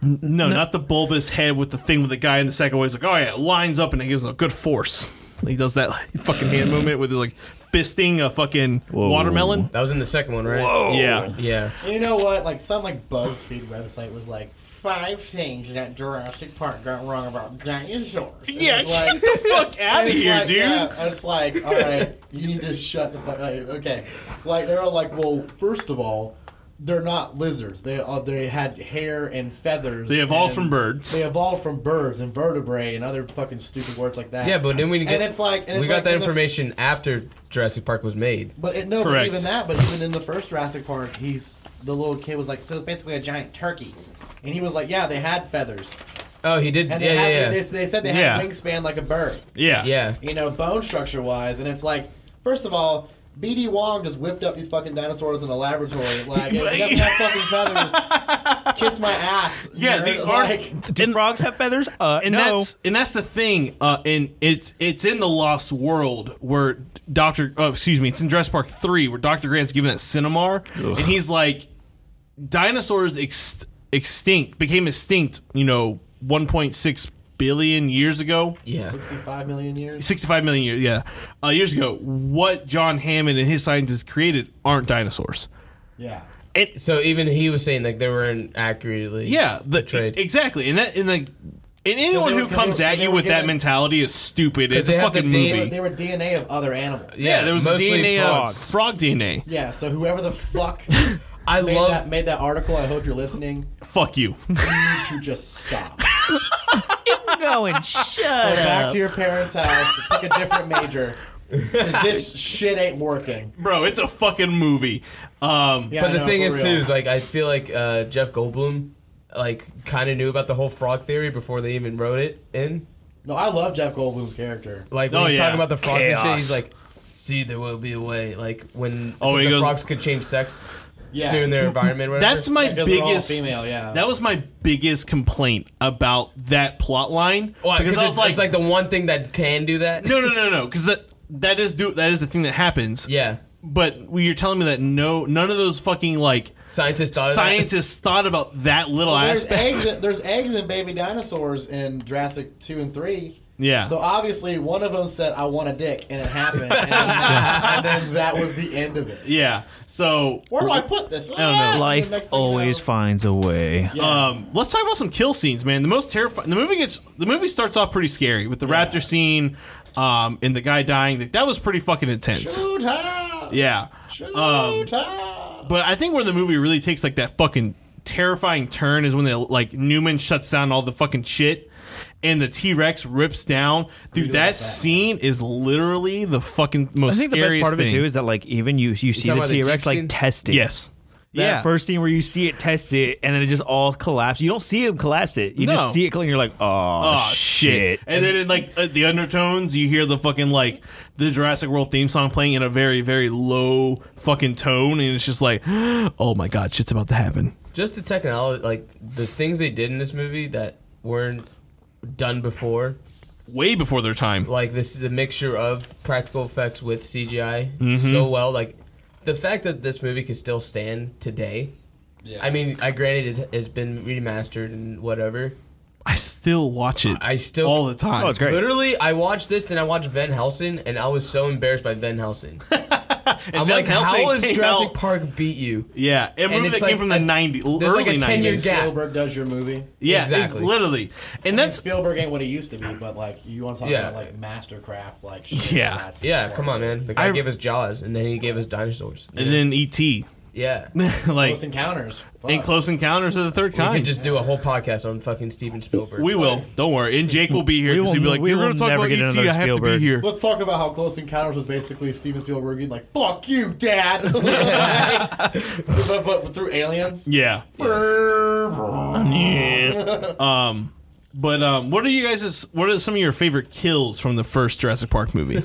No, not the bulbous head with the thing with the guy in the second one. He's like, oh yeah, it lines up and it gives a good force. He does that like, fucking hand movement with his like fisting a fucking watermelon. That was in the second one, right? Yeah. Yeah. And you know what? Like some like BuzzFeed website was like five things that Jurassic Park got wrong about dinosaurs. And Yeah, it's like, get the fuck out and of it's here, like, dude. yeah, and it's like, all right, you need to shut the fuck. Like, okay, like they're all like, well, first of all, they're not lizards. They are, they had hair and feathers. They evolved and from birds. They evolved from birds and vertebrae and other fucking stupid words like that. Yeah, but then we get, and it's like and we it's got like that in the- information after Jurassic Park was made. But it, no, Correct. but even that, but even in the first Jurassic Park, he's the little kid was like, so it's basically a giant turkey, and he was like, yeah, they had feathers, Oh, he did. Yeah, and they had, yeah, They, yeah. they said they had Yeah. wingspan like a bird, Yeah. Yeah. you know, bone structure wise, and it's like, first of all. BD Wong just whipped up these fucking dinosaurs in a laboratory. Like, it doesn't have fucking feathers. Kiss my ass. Yeah, nerd. these are- like, Do frogs have feathers? Uh, And no. that's and that's the thing. Uh, and it's it's in the Lost World where Doctor, oh, excuse me, it's in Dress Park Three where Doctor Grant's giving that Cinemar, and he's like, dinosaurs ex- extinct became extinct. You know, one point six billion years ago. Yeah. 65 million years. 65 million years, yeah, uh, years ago, what John Hammond and his scientists created aren't dinosaurs. Yeah. So even he was saying like they were inaccurately. Yeah, the, Betrayed. exactly. And that, and like, and anyone they were- who 'cause they comes were- at they you were with that given- mentality is stupid. 'Cause It's they a have the fucking DNA movie. They were DNA of other animals. yeah, there was a mostly DNA frogs. of frog DNA. Yeah, so whoever the fuck I made, love that, made that article, I hope you're listening. Fuck you. need to just stop. Go no, and shut back to your parents' house, pick a different major. 'cause this shit ain't working. Bro, it's a fucking movie. Um, Yeah, But I the know, thing for is, real. too, is like I feel like uh, Jeff Goldblum, like kind of knew about the whole frog theory before they even wrote it in. no, I love Jeff Goldblum's character. Like when Oh, he's yeah. talking about the frogs and shit, Chaos. he's like, "See, there will be a way." Like when Oh, if he the goes- frogs could change sex Yeah, during their environment. or Whatever. That's my because they're all biggest female, yeah. That was my biggest complaint about that plot line. Why? because I Oh, it's, was it's like the one thing that can do that. no, no, no, no, because that that is do that is the thing that happens. Yeah, But when you're telling me that no, none of those fucking like scientists thought of that. scientists thought about that little there's aspect. eggs. There's eggs and baby dinosaurs in Jurassic two and three. Yeah. So obviously, one of them said, "I want a dick," and it happened, and, uh, and then that was the end of it. yeah. So Where do I put this? Ah, I don't know. Life always finds a way. Um, let's talk about some kill scenes, man. The most terrifying. The movie gets. The movie starts off pretty scary with the raptor scene. um, and the guy dying. That was pretty fucking intense. Yeah. Um, but I think where the movie really takes like that fucking terrifying turn is when they like Newman shuts down all the fucking shit and the T Rex rips down. Dude, that scene is literally the fucking most I think the scariest best part of it thing. too is that like even you you see talking the about the T Rex Jeep like scene? test it. Yes. That Yeah. first scene where you see it test it and then it just all collapse. You don't see him collapse it. You No. just see it and you're like, oh, Oh shit! shit. And then in like uh, the undertones, you hear the fucking like the Jurassic World theme song playing in a very very low fucking tone, and it's just like, oh my god, shit's about to happen. Just the technology, like the things they did in this movie that weren't done before. Way before their time. Like this is a mixture of practical effects with CGI Mhm. so well. Like the fact that this movie can still stand today. I mean, I granted it has been remastered and whatever. I still watch it. I still all the Oh, time. Literally, I watched this, then I watched Van Helsing, and I was so embarrassed by Van Helsing. I'm Van like, Helsing how has came Jurassic out- Park beat you? Yeah, a movie that came from the 90s, There's like early a 10-year 90s. gap. Spielberg does your movie. Yeah, it's literally, and that's Spielberg ain't what he used to be, but like you want to talk Yeah. about like mastercraft, like shit, that's- yeah. Come on, man. The guy I- gave us Jaws, and then he gave us dinosaurs. and then E.T. yeah, like Close Encounters. and Close Encounters of the Third we could Kind. just do a whole podcast on fucking Steven Spielberg. we will. Don't worry. And Jake will be here because he'll be like, "You're going to talk about E.T. I have to be here." Let's talk about how Close Encounters was basically Steven Spielberg being like, "Fuck you, Dad," but, but through aliens. Yeah. Yeah. um, but um, what are you guys? What are some of your favorite kills from the first Jurassic Park movie?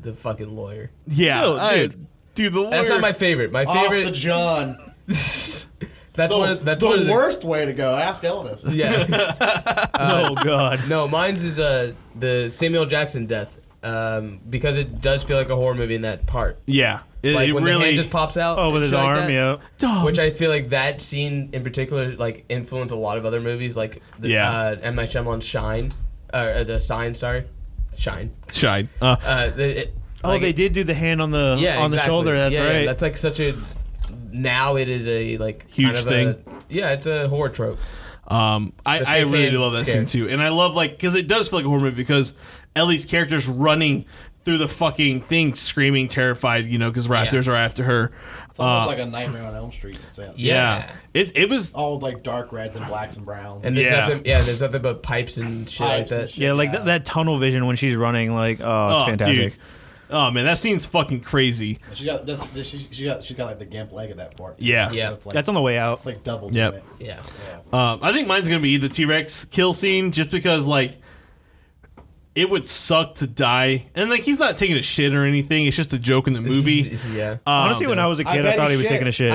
The fucking lawyer. Yeah, No, I- dude. dude, the lawyer. That's not my favorite. My Off favorite. the John. that's the, one. Of, that's the one of worst way to go. Ask Elvis. Yeah. Oh, God. No, mine's is uh the Samuel Jackson death um, because it does feel like a horror movie in that part. Yeah, It- like it when the really- hand just pops out. Oh, with and his shit like arm, that. yeah. Which I feel like that scene in particular like influenced a lot of other movies, like the, Yeah. uh, M. Night Shyamalan Shine, or uh, the Sign, sorry, Shine. Shine. Uh, Uh, the, it, Oh, like they it- did do the hand on the yeah, on the exactly. shoulder. That's Yeah, yeah, right. that's like such a now it is a like Huge kind of thing. A, yeah, it's a horror trope. Um, I, The I fake really fan do love that scene scare. too, and I love like because it does feel like a horror movie because Ellie's character's running through the fucking thing, screaming, terrified, you know, because raptors are after her. It's almost Uh, like a Nightmare on Elm Street. in a sense. Yeah. It, it was all like dark reds and blacks and browns. And there's nothing, yeah, there's nothing but pipes and shit like Pipes and that. shit. yeah, like That, that tunnel vision when she's running, like, oh, it's oh, fantastic. dude. Oh man, that scene's fucking crazy. She got this, this, she, she got she got like the gimp leg at that part. Yeah. So Yeah. it's like- That's on the way out. It's like double. Yep. limit. Yeah. Um, I think mine's gonna be the T Rex kill scene, just because like it would suck to die, and like he's not taking a shit or anything. It's just a joke in the movie. Um, yeah. Uh, oh, Honestly, when I was a kid, I, thought he was taking a shit.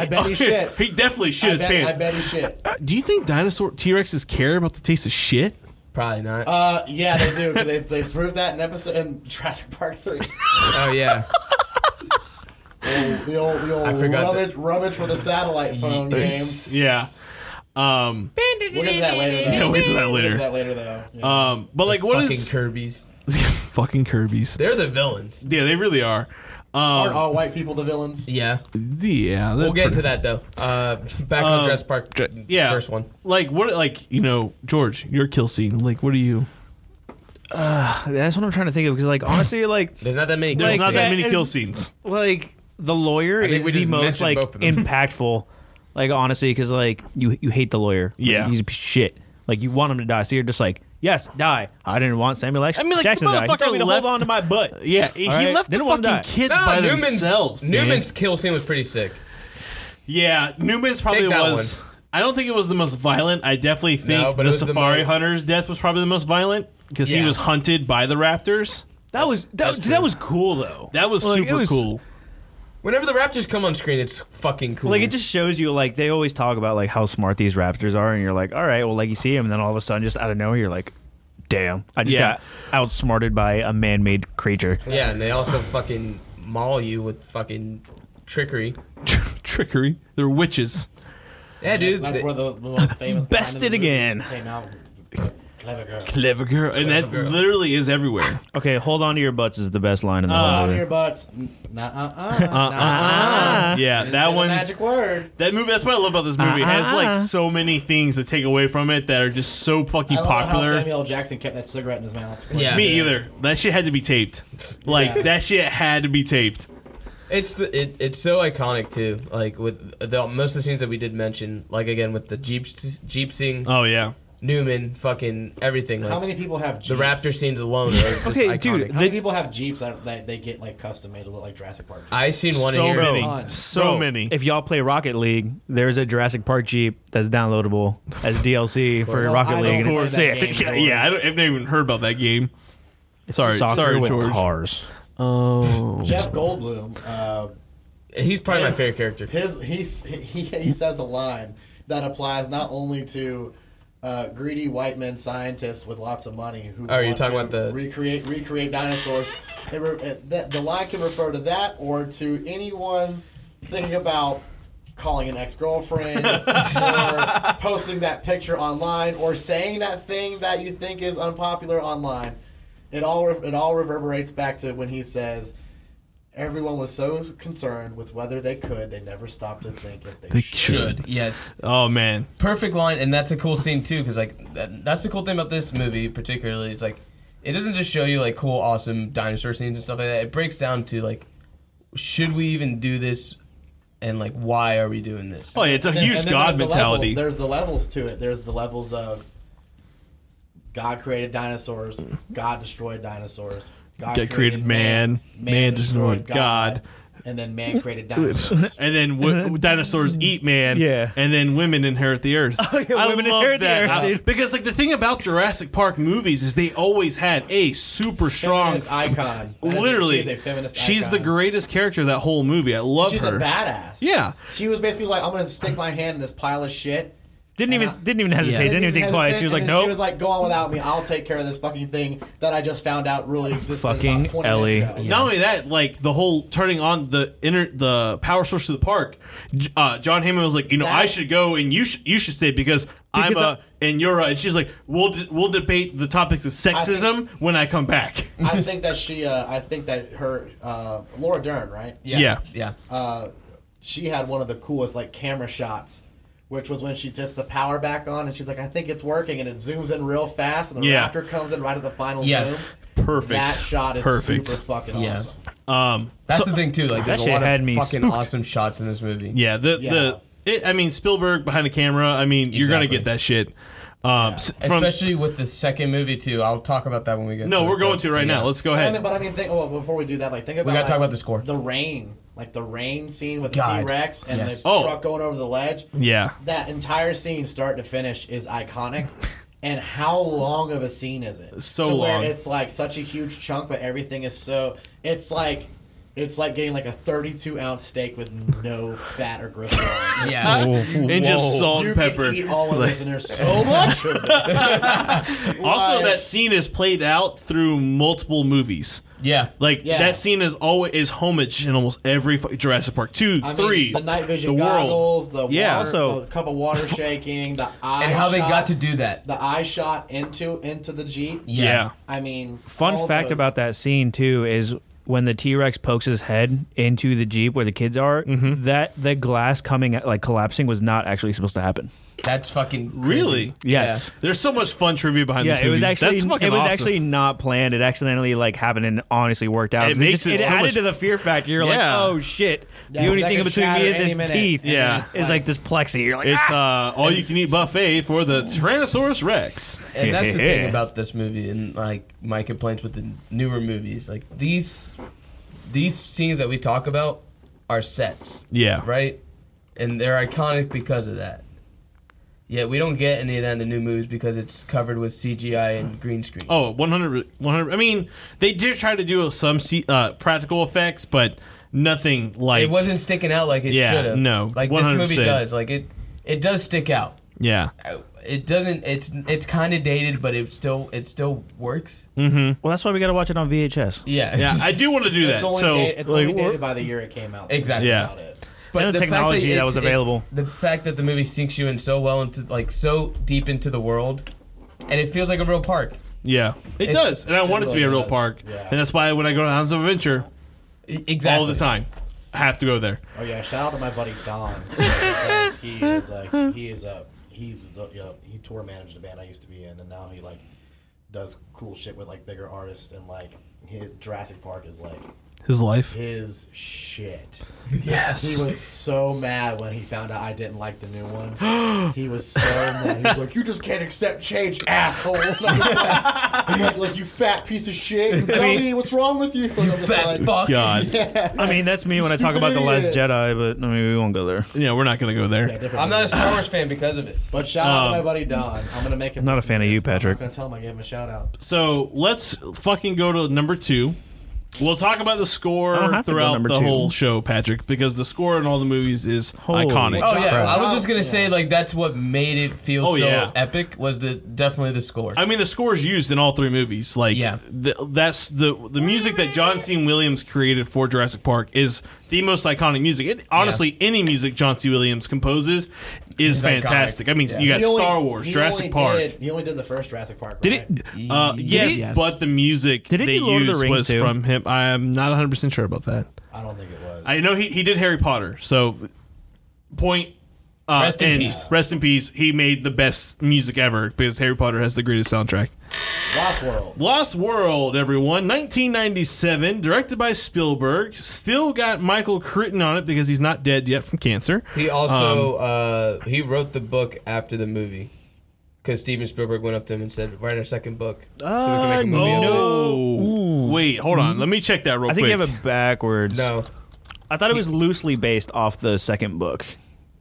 he definitely shit I his bet- pants. I bet he shit. Uh, Do you think dinosaur T Rexes care about the taste of shit? Probably not. Uh, yeah, they do. 'cause they they proved that in episode in Jurassic Park three. oh yeah. the old the old I forgot rummage, rummage with a satellite phone game. yeah. Um, We'll get to that later. Though. Yeah, we'll get to that We'll get to later. that later though. um, but like, what fucking is Kirby's? fucking Kirby's? They're the villains. Yeah, they really are. Aren't Um, all white people the villains? Yeah. yeah, they're We'll get pretty- to that though. Uh, back to Um, Dress Park. Yeah, First one. Like what? Like you know, George, your kill scene. Like, what do you? Uh, that's what I'm trying to think of because, like, honestly, like, There's not that many. There's kills not here. that many It's- kills. scenes. like the lawyer I think is we the just most mentioned like both of them. impactful. Like honestly, because like you you hate the lawyer. Like, Yeah. he's a piece of shit. Like you want him to die, so you're just like, yes, die. I didn't want Samuel L. I mean, like, Jackson the to die. He motherfucker told me to left- hold on to my butt. Yeah, he All right? left the Didn't want fucking him to die. kids Nah, by Newman's, themselves. man. Newman's kill scene was pretty sick. Yeah, Newman's probably Take that was. I don't think it was the most violent. I definitely think No, but it the was the Safari most- Hunter's death was probably the most violent because he Yeah. was hunted by the raptors. That was that, was- that was cool though. That was Like, it super was- cool. Whenever the Raptors come on screen, it's fucking cool. Like it just shows you like they always talk about like how smart these raptors are, and you're like, all right, well, like you see him, and then all of a sudden, just out of nowhere, you're like, damn, I just Yeah. got outsmarted by a man-made creature. yeah, and they also fucking maul you with fucking trickery. Trickery. They're witches. Yeah, dude. That's they- where the, the most famous. line in Bested the movie again. Came out. Clever girl. Clever girl. And that literally is everywhere. Okay, hold on to your butts is the best line in the Uh, whole on movie. your butts. Nah, uh, uh, Uh, uh, uh. Yeah, Didn't say that the one. magic word. That movie. That's what I love about this movie. it has Uh-uh. like so many things to take away from it that are just so fucking I love how popular. Samuel L. Jackson kept that cigarette in his mouth. me either. That shit had to be taped. Like Yeah. that shit had to be taped. It's the, it, it's so iconic too. Like with the most of the scenes that we did mention, like again with the jeep jeep scene. Oh yeah. Newman, fucking everything. How like, many people have the Jeeps? raptor scenes alone? Are just iconic. How many people have Jeeps that, that they get like custom made to look like Jurassic Park? Jeeps? I seen one So in here. many. Ton. Bro, If y'all play Rocket League, there's a Jurassic Park Jeep that's downloadable as DLC for course. Rocket I League, don't and it's afford that sick. game, George. Yeah, I don't- I've never even heard about that game. It's sorry, soccer sorry, with George. cars. Oh, Jeff Goldblum. Uh, he's probably my his- favorite character. His he's, he he says a line that applies not only to uh, greedy white men scientists with lots of money who. Oh, you're want talking to about the- recreate recreate dinosaurs. It re- it- that, the line can refer to that or to anyone thinking about. Calling an ex-girlfriend, or posting that picture online, or saying that thing that you think is unpopular online, it all re- it all reverberates back to when he says, Everyone was so concerned with whether they could, they never stopped to think if they, should. Yes. Oh man. Perfect line, and that's a cool scene too, because like that, that's the cool thing about this movie particularly. It's like it doesn't just show you like cool, awesome dinosaur scenes and stuff like that. It breaks down to like, should we even do this, and like why are we doing this? Oh, yeah, it's a And then- and then there's the levels- there's the levels to it. There's the levels of God created dinosaurs, God destroyed dinosaurs, God God created man, man destroyed God. and then man created dinosaurs. and then w- dinosaurs eat man. Yeah. And then women inherit the earth. Oh, I women love inherit the that. earth, I- dude. because like the thing about Jurassic Park movies is they always had a super strong Feminist icon. That is a- Literally, she is a feminist She's icon. the greatest character of that whole movie. I love She's a her. badass. Yeah. She was basically like, I'm gonna stick my hand in this pile of shit. Didn't even didn't even hesitate. Didn't even think hesitate, twice. She was and like, then She "Nope." was like, "Go on without me. I'll take care of this fucking thing that I just found out really existed." about Fucking 20 minutes Ellie. ago." Not only that, like the whole turning on the inner the power source to the park. J- Uh, John Hammond was like, you know, I should go and you sh- you should stay because, I'm Because a and you're a. And she's like, we'll d- we'll debate the topics of sexism when I come back. I think that she. Uh, I think that her uh, Laura Dern, right? Yeah. Yeah. Yeah. Uh, she had one of the coolest like camera shots. Which was when she gets the power back on, and she's like, "I think it's working," and it zooms in real fast, and the Yeah. raptor comes in right at the final Yes. zoom. Perfect. That shot is Perfect. super fucking Yeah. awesome. Um, That's so- the thing too. Like That there's a shit lot had of me fucking spooked. awesome shots in this movie. Yeah, the the it, I mean Spielberg behind the camera. I mean, you're gonna Exactly. get that shit. Um, s- from- Especially with the second movie too. I'll talk about that when we get. No, to we're it, going but- to right yeah. now. Let's go But I ahead. mean, but I mean, think. Well, before we do that, like, think about. gotta like, talk about the score. The rain, like the rain scene with God. the T Rex and Yes. the Oh. truck going over the ledge. Yeah. That entire scene, start to finish, is iconic. And how long of a scene is it? So To long. Where it's like such a huge chunk, but everything is so. It's like. It's like getting like a 32 ounce steak with no fat or gristle. on it. Yeah. It's like, Whoa. And just you salt and can pepper. eat all of Like- this, and there's so much of it. also, that scene is played out through multiple movies. Yeah, like Yeah. that scene is always is homage in almost every fu- Jurassic Park two, I mean, three, the night vision the goggles, world. the yeah, water, also the cup of water shaking, the eye And how they shot- got to do that. The eye shot into into the jeep. Yeah. Yeah. I mean, all Fun fact those- about that scene too is when the T Rex pokes his head into the jeep where the kids are, Mm-hmm. that the glass coming like collapsing was not actually supposed to happen. That's fucking crazy. really Yes. There's so much fun trivia behind yeah, this it movie. was actually That's fucking it was awesome. actually not planned. It accidentally like happened and honestly worked out. It 'Cause makes just, it so added much- to the fear factor. You're Yeah. like, oh shit, Yeah, the only that thing could between shatter me and any this minute. teeth And then yeah. it's is like this plexi. You're like, it's ah! uh, all you can eat buffet for the Tyrannosaurus Rex. And that's the thing about this movie, and like my complaints with the newer movies, like these these scenes that we talk about are sets. Yeah. Right. And they're iconic because of that. Yet we don't get any of that in the new movies because it's covered with CGI and green screen. Oh, 100, 100 I mean, they did try to do some C, uh, practical effects, but nothing like it wasn't sticking out like it Yeah, should have. no, like this movie 100%. does. Like it, it does stick out. Yeah. It doesn't. It's it's kind of dated, but it still it still works. Mm-hmm. Well, that's why we got to watch it on VHS. Yeah. Yeah, I do want to do It's that. only so da- it's like, only we're- dated by the year it came out. Exactly. Yeah. And the fact technology that it's- was it- available. the fact that the movie sinks you in so well into like so deep into the world and it feels like a real park. Yeah, it It- does, and I it want it to be a really real does. park, Yeah. and that's why when I go to Hounds of Adventure, E, exactly all the time, I have to go there. Oh yeah, shout out to my buddy Don. because he is like he is a he was a, you know, he tour managed a band I used to be in, and now he like does cool shit with like bigger artists and like his Jurassic Park is like His life. his shit. Yes. he was so mad when he found out I didn't like the new one. he was so mad. He was like, "You just can't accept change, asshole." And I was like, I'm like, like, you fat piece of shit. Tell me what's wrong with you. You fat fuck. God. Yeah. I mean, that's me when I talk about the Last Stupid idiot. Jedi, but I mean, we won't go there. Yeah, we're not gonna go there. different I'm not a movie. Star Wars fan because of it. But shout out to my Um, buddy Don. I'm gonna make him. I'm not a listen fan to of you, this, but Patrick. I'm not gonna tell him I gave him a shout out. So let's fucking go to number two. We'll talk about the I don't score have to go throughout number the two. whole show, Patrick, because the score in all the movies is Holy iconic. Oh yeah, Crap. I was just gonna say like that's what made it feel Oh, so yeah. epic was the definitely the score. I mean, the score is used in all three movies. Like, Yeah. the, that's the the music that John C. Williams created for Jurassic Park is the most iconic music. It, honestly, any music John C. Williams composes is It's iconic. fantastic. I mean, you got He only- Star Wars, he Jurassic only Park. Did, he only did the first Jurassic Park. Did right? it? Uh, yes, Yes. but the music Did it they do Lord of used the Rings, was too? from him. I am not 100 percent sure about that. I don't think it was. I know he, he did Harry Potter, so point. Uh, Rest in and peace. Rest in peace. He made the best music ever because Harry Potter has the greatest soundtrack. Lost World. Lost World, everyone, 1997, directed by Spielberg. Still got Michael Crichton on it because he's not dead yet from cancer. He Um, also uh, he wrote the book after the movie because Steven Spielberg went up to him and said, "Write our second book so we can Uh, make a movie." out of Oh, wait, hold on. Let me check that real Hmm? I think quick. you have it it." backwards. No, I thought it was loosely based off the second book.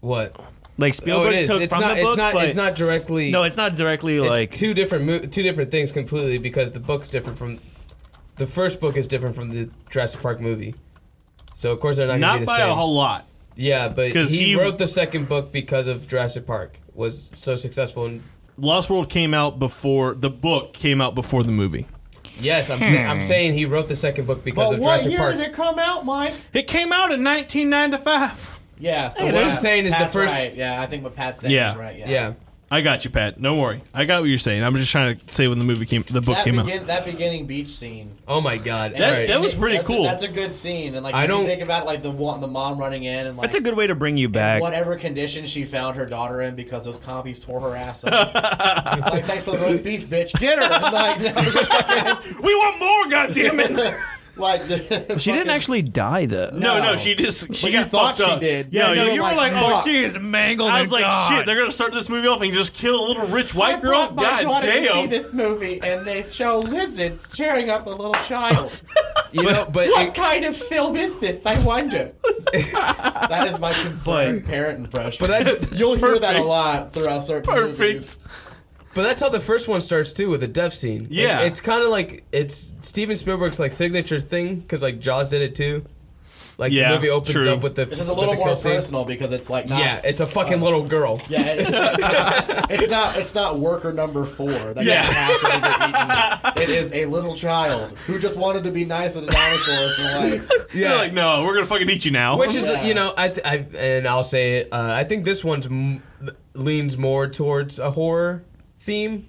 what? Like Oh, Spielberg it is. took It's from not. the book, It's not. but It's not directly. No, it's not directly it's like two different mo- two different things completely because the book's different from the first book is different from the Jurassic Park movie. So of course they're not, gonna not be the by same. a whole lot. yeah, but 'cause he, he- wrote the second book because of Jurassic Park was so successful. And Lost World came out before the book came out before the movie. yes, I'm sa- I'm saying he wrote the second book because But of what Jurassic year Park. did it come out, Mike? It came out in 1995. Yeah. So Hey, what I'm saying is the Pat's first- Right. Yeah, I think what Pat's saying Yeah. is right. Yeah. yeah. I got you, Pat. Don't worry. I got what you're saying. I'm just trying to say when the movie came, the book That, came out. begin, that beginning beach scene. Oh my God. That's- All that right. was pretty that's cool. A, that's a good scene, and like I I don't- you think about like the wa- the mom running in and like that's a good way to bring you back. whatever condition she found her daughter in because those compies tore her ass up. It's like, thanks for the roast beef, bitch. Get her. I'm like, no, We want more, goddammit! like She didn't actually die though. no, no, No. she just she But you got thought fucked she up. did. Yeah, Yeah, no, you you were were like, like, oh, fuck. she is mangled. I was like, shit, they're gonna start this movie off and just kill a little rich white I girl. brought my God daughter to see damn. this movie, and they show lizards cheering up a little child. You know, but what it- kind of film is this? I wonder. that is my concerned parent impression. But that's- that's you'll hear that a perfect. lot throughout certain Perfect. movies. But that's how the first one starts too with a death scene. Yeah. It- it's kind of like it's Steven Spielberg's like signature thing because like Jaws did it too. Like Yeah, the movie opens true. up with the This is a with little the more kill scene. personal because it's like not. Yeah, it's a fucking little girl. Yeah, it's, it's, it's not it's not worker number four that Yeah. got eaten. It is a little child who just wanted to be nice and a dinosaur and like Yeah. They're like, no, we're gonna fucking eat you now. Which is Yeah. you know I, th- I and I'll say it. Uh, I think this one's m- leans more towards a horror theme.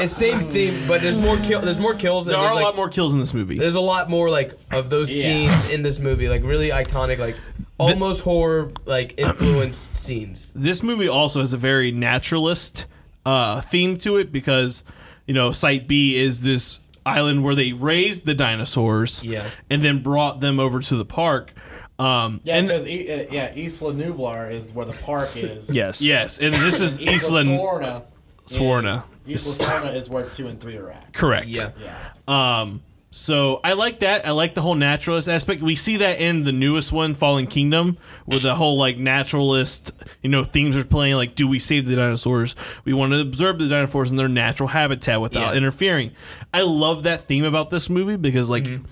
It's same theme, but there's more kill. There's more kills. there and are a there's, like, lot more kills in this movie. There's a lot more like of those Yeah. scenes in this movie, like really iconic, like almost horror like influenced scenes. this movie also has a very naturalist uh, theme to it because you know site b is this island where they raised the dinosaurs Yeah. and then brought them over to the park um, yeah and because e- uh, yeah Isla Nublar is where the park is Yes. yes and this is Isla isla Sorna is- Sorna. Isla Sorna is where two and three are at correct Yeah. yeah Um, so I like that. I like the whole naturalist aspect. We see that in the newest one, Fallen Kingdom, where the whole like naturalist, you know, themes are playing. Like, do we save the dinosaurs? We want to observe the dinosaurs in their natural habitat without Yeah. interfering. I love that theme about this movie because like Mm-hmm.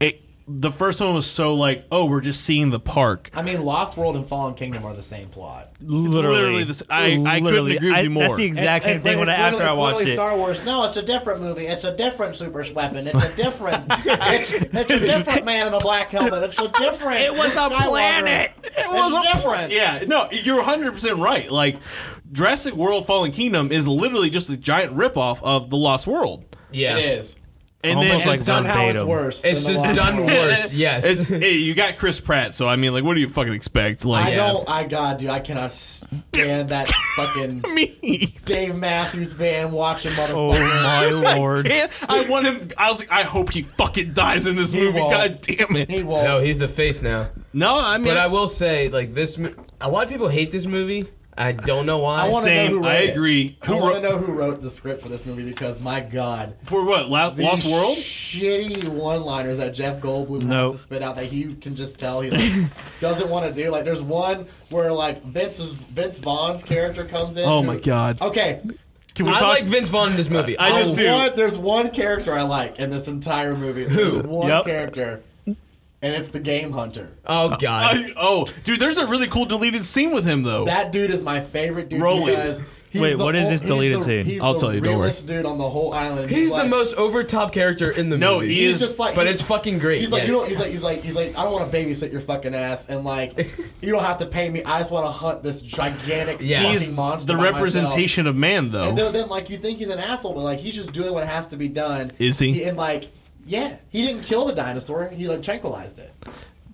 it. The first one was so like, oh, we're just seeing the park. I mean Lost World and Fallen Kingdom are the same plot literally, this, I, I couldn't Literally. agree with I- you more. That's the exact same thing when I, after literally- I it's watched literally it. Star Wars. No, it's a different movie. It's a different super weapon. It's a different. it's, it's a different man in a black helmet. It's a different. It was a planet. It was it's different. Yeah, no, you're 100 percent right. Like Jurassic World Fallen Kingdom is literally just a giant ripoff of The Lost World. Yeah. It is. And then Almost like It's done how it's verbatim. worse It's than the just last done one. worse. Yes. It's, hey, you got Chris Pratt, so I mean, like, what do you fucking expect? Like, I don't. I God, dude, I cannot stand that fucking Dave Matthews Band watching Oh. motherfucker. Oh I, can't- I want him. I was like, I hope he fucking dies in this movie. won't. God damn it! No, he's the face now. No, I mean, but I will say, like this, mo- a lot of people hate this movie. I don't know why. I want to know who wrote it. I Who want wrote? to know who wrote the script for this movie because my God, for what Lost World? Shitty one-liners that Jeff Goldblum No. has to spit out that he can just tell he like, doesn't want to do. Like, there's one where like Vince's Vince Vaughn's character comes in. Oh, who- my God. Okay, Can we I talk- like Vince Vaughn in this movie. Oh, I do there's too. One, there's one character I like in this entire movie. There's one Yep. character, and it's the Game Hunter. Oh God! I- oh, dude, there's a really cool deleted scene with him Oh. though. That dude is my favorite dude Roland. because he's Wait, the what is ol- this he's deleted the- scene? He's I'll the tell you, don't worry. realest dude on the whole island. He's the like- most overtop character in the No, movie. he He's is- just like- but it's fucking great. He's like, yes. you don't, he's like, he's like, he's like, I don't want to babysit your fucking ass, and like, you don't have to pay me. I just want to hunt this gigantic fucking he's monster. the by myself." representation of man, though. And though then, like, you think he's an asshole, but like, he's just doing what has to be done. Is he? And like, yeah, he didn't kill the dinosaur. He like tranquilized it.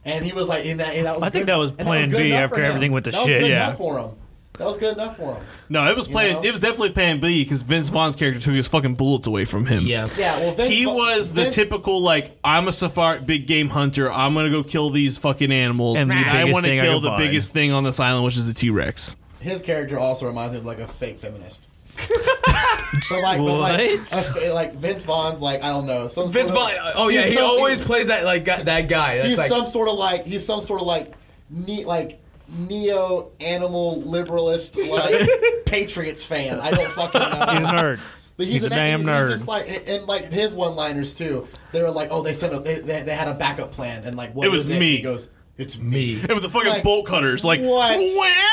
And he was like, in that, and that was I think good- that was and plan good B enough after for him. everything went to That was shit, good yeah. enough for him. That was good enough for him. no, it was plan. know? It was definitely plan B because Vince Vaughn's character took his fucking bullets away from him. Yeah. Yeah, well, Vince he Vaughn- was the Vince- typical like I'm a safari big game hunter. I'm gonna go kill these fucking animals, And and, the I biggest want to thing I kill can the find. biggest thing on this island, which is a T Rex. his character also reminds me of like a fake feminist. but like, but like, What? a- like Vince Vaughn's like I don't know some Vince sort Vaughn. of- Oh yeah, he's he some- always plays that like guy, that guy. That's he's like some sort of like he's some sort of like ne- like neo animal liberalist like Patriots fan. I don't fucking know. He's a nerd. But He's, a damn he's nerd. Just like and, and, like his one-liners too. They were like, oh, they said a, they, they, they had a backup plan, and like what It is was And me. He goes, it's me. It was the fucking Like, bolt cutters. Like what?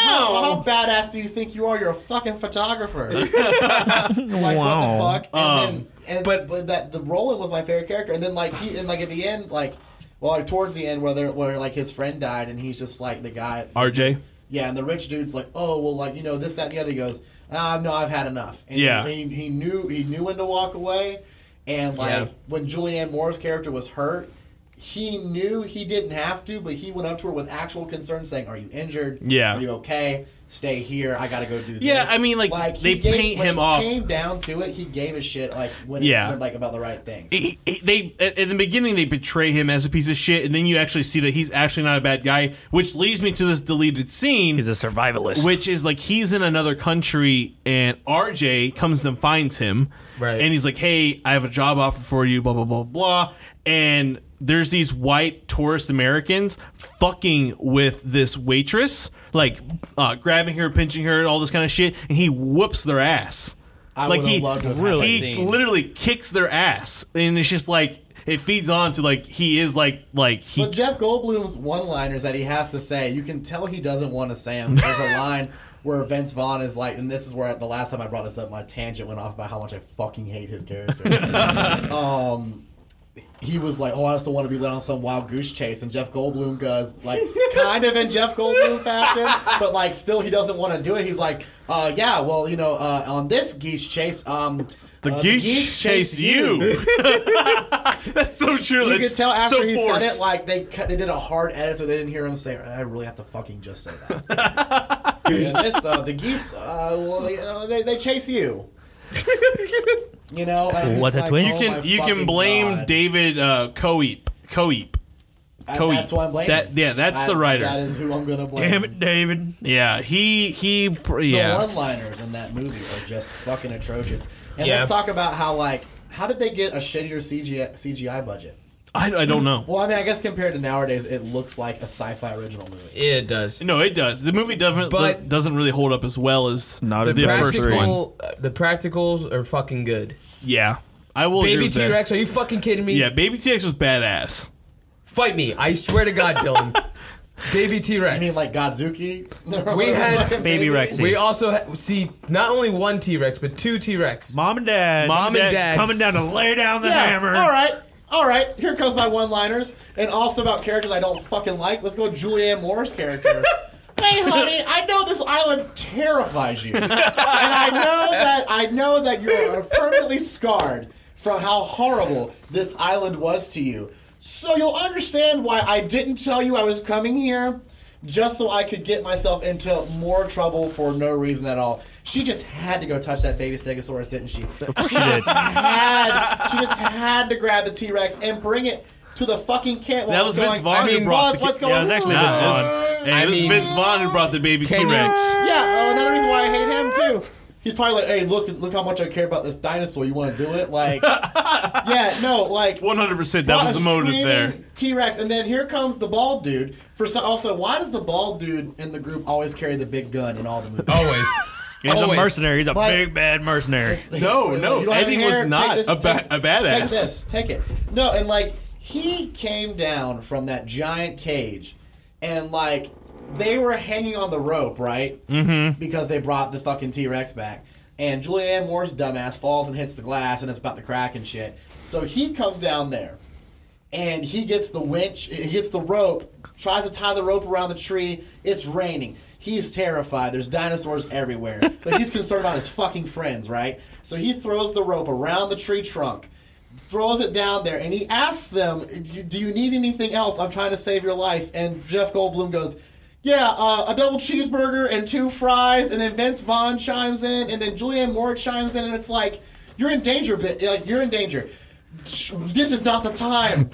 How, wow. how badass do you think you are? You're a fucking photographer. like Wow. what the fuck? And then, and, but but that the Roland was my favorite character, and then like he and like at the end, like well, like, towards the end, where they're, where like his friend died, and he's just like the guy. RJ. Yeah, and the rich dude's like, oh well, like you know this, that, and the other. He goes, ah, no, I've had enough. And Yeah. he, he, he knew he knew when to walk away, and like Yeah. when Julianne Moore's character was hurt. He knew he didn't have to, but he went up to her with actual concern, saying, "Are you injured? Yeah. Are you okay? Stay here. I gotta go do this." Yeah, I mean, like, he they paint when him it off. Came down to it, he gave a shit like when Yeah. it went, like about the right things. He- he- they at at the beginning they betray him as a piece of shit, and then you actually see that he's actually not a bad guy, which leads me to this deleted scene. He's a survivalist. which is like he's in another country and RJ comes and finds him. Right. And he's like, hey, I have a job offer for you, blah, blah, blah, blah. And there's these white tourist Americans fucking with this waitress, like uh, grabbing her, pinching her, all this kind of shit. And he whoops their ass. I like would've he loved to have had that he scene. literally kicks their ass. And it's just like, it feeds on to like he is like like he But Jeff Goldblum's one-liners that he has to say, you can tell he doesn't want to say them. There's a line where Vince Vaughn is like, and this is where the last time I brought this up, my tangent went off about how much I fucking hate his character. um, he was like, "Oh, I just don't want to be led on some wild goose chase," and Jeff Goldblum goes like, kind of in Jeff Goldblum fashion, but like still he doesn't want to do it. He's like, uh, "Yeah, well, you know, uh, on this geese chase, um." the, uh, geese chased you. That's so true. you That's could tell after so he forced. said it, like they cut, they did a hard edit, so they didn't hear him say. I really have to fucking just say that. and this, uh, the geese, uh, well, they, uh, they they chase you. you know, and I'm What just a like, twist. oh You my can you fucking can blame God. David uh, Coeep. Coeep. I- Coeep. That's who I'm blaming. That- yeah, that's I- the writer. That is who I'm gonna blame. Damn it, David. Yeah, he he. pr- The Yeah, one-liners in that movie are just fucking atrocious. And Yeah. let's talk about how like how did they get a shittier CGI, CGI budget? I, I don't know. Well, I mean, I guess compared to nowadays, it looks like a sci-fi original movie. yeah, it does. No, it does. The movie doesn't But- doesn't really hold up as well as Not the, a bit. first one. Practical, uh, the practicals are fucking good. Yeah, I will. agree Baby with that. T Rex, are you fucking kidding me? Yeah, Baby T Rex was badass. Fight me! I swear to God, Dylan. Baby T Rex. I mean, like Godzuki. We had- Baby Rexy. we also ha- see not only one T Rex but two T Rex. Mom and dad. Mom and dad. Coming down to lay down the Yeah. hammer. All right. All right. Here comes my one-liners, and also about characters I don't fucking like. Let's go with Julianne Moore's character. "Hey, honey, I know this island terrifies you, and I know that I know that you're permanently scarred from how horrible this island was to you. So you'll understand why I didn't tell you I was coming here." Just so I could get myself into more trouble for no reason at all. She just had to go touch that baby stegosaurus, didn't she? Of course she did. Had, she just had to grab the T Rex and bring it to the fucking camp. while that I was going, Vince Vaughn I who mean, brought Buzz, the what's ki- going Yeah, it was actually on? Vince Vaughn. Hey, I it was mean- Vince Vaughn who brought the baby T Rex. Yeah, oh, another reason why I hate him too. He's probably like, hey, look, look how much I care about this dinosaur. You want to do it? Like, yeah, no, like. 100%. That was the motive there. T Rex, and then here comes the bald dude. For some, also, why does the bald dude in the group always carry the big gun in all the movies? Oh, Always. He's a Always. mercenary. He's a But- big bad mercenary. No, no, You don't have Eddie any was hair, take not this, a, ba- take- a badass. Take this, take it. No, and like he came down from that giant cage, and like they were hanging on the rope, right? Mm-hmm. Because they brought the fucking T Rex back, and Julianne Moore's dumbass falls and hits the glass, and it's about to crack and shit. So he comes down there, and he gets the winch, he gets the rope, tries to tie the rope around the tree. It's raining. He's terrified. There's dinosaurs everywhere. But he's concerned about his fucking friends, right? So he throws the rope around the tree trunk, throws it down there, and he asks them, Do you need anything else? I'm trying to save your life. And Jeff Goldblum goes, yeah, uh, a double cheeseburger and two fries, and then Vince Vaughn chimes in, and then Julianne Moore chimes in, and it's like, you're in danger, bit like you're in danger. This is not the time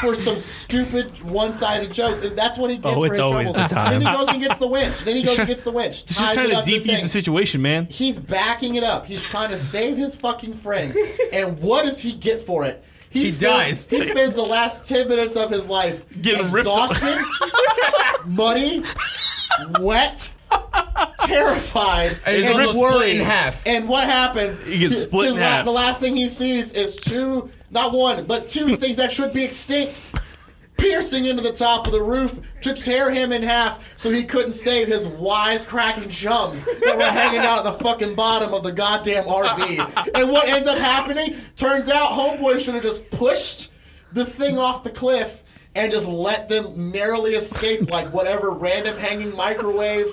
for some stupid one-sided jokes, and that's what he gets Oh, for it's his always troubles. the time. Then he goes and gets the winch. Then he goes and gets the winch. ties He's just trying it to up defuse the thing. situation, man. He's backing it up. He's trying to save his fucking friends. And what does he get for it? He dies. He spends the last ten minutes of his life Getting ripped up. exhausted, muddy, wet, terrified, And he's also split in half. And what happens? He gets split his in la- half. The last thing he sees is two, not one, but two things that should be extinct. Piercing into the top of the roof to tear him in half so he couldn't save his wisecracking chums that were hanging out at the fucking bottom of the goddamn RV. And what ends up happening? Turns out Homeboy should have just pushed the thing off the cliff and just let them narrowly escape like whatever random hanging microwave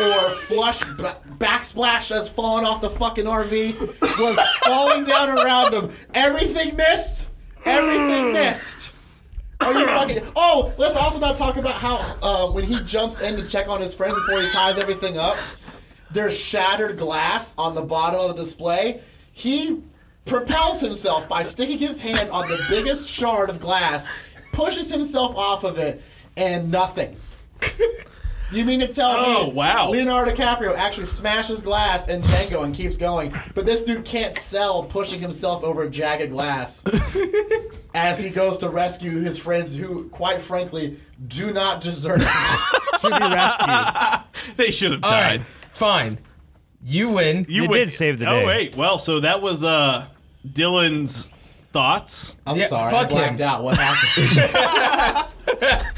or flush ba- backsplash that's fallen off the fucking RV was falling down around them. Everything missed. Everything missed. Are you fucking? Oh, let's also not talk about how uh, when he jumps in to check on his friends before he ties everything up, there's shattered glass on the bottom of the display. He propels himself by sticking his hand on the biggest shard of glass, pushes himself off of it, and nothing. You mean to tell Oh, me wow. Leonardo DiCaprio actually smashes glass and Django and keeps going, but this dude can't sell pushing himself over jagged glass as he goes to rescue his friends who, quite frankly, do not deserve to be rescued. They should have All died. right, fine. You win. You would- did save the day. Oh wait, well, so that was uh, Dylan's thoughts. I'm Yeah, sorry, I fuck blacked him. out. What happened?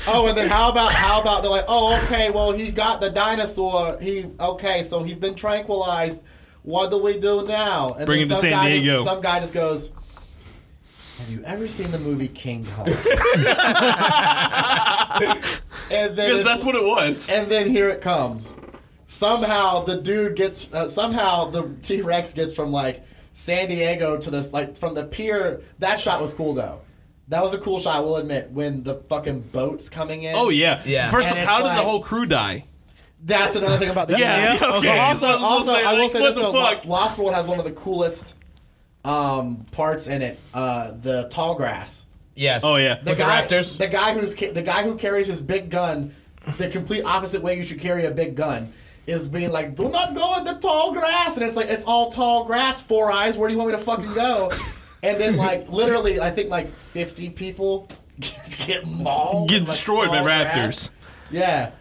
oh, and then how about how about they're like, oh, okay, well he got the dinosaur. He okay, so he's been tranquilized. What do we do now? And Bring then him to some San guy just- Diego. some guy just goes. Have you ever seen the movie King Kong? and then Because it's- that's what it was. And then here it comes. Somehow the dude gets. Uh, somehow the T Rex gets from like San Diego to this like from the pier. That shot was cool though. That was a cool shot. I will admit when the fucking boat's coming in. Oh yeah. Yeah. First And off, it's how like- did the whole crew die? That's another thing about the Yeah, yeah, okay. Also, I was gonna also, say, I will like, say what this the though: fuck? Lo- Lost World has one of the coolest um, parts in it. Uh, the tall grass. Yes. Oh, yeah. With the guy, Raptors. The guy who's ca- the guy who carries his big gun, the complete opposite way you should carry a big gun, is being like, "Do not go in the tall grass," and it's like it's all tall grass, four eyes. Where do you want me to fucking go? And then like literally, I think like fifty people get, get mauled, Get in, like, destroyed by tall grass. raptors. Yeah.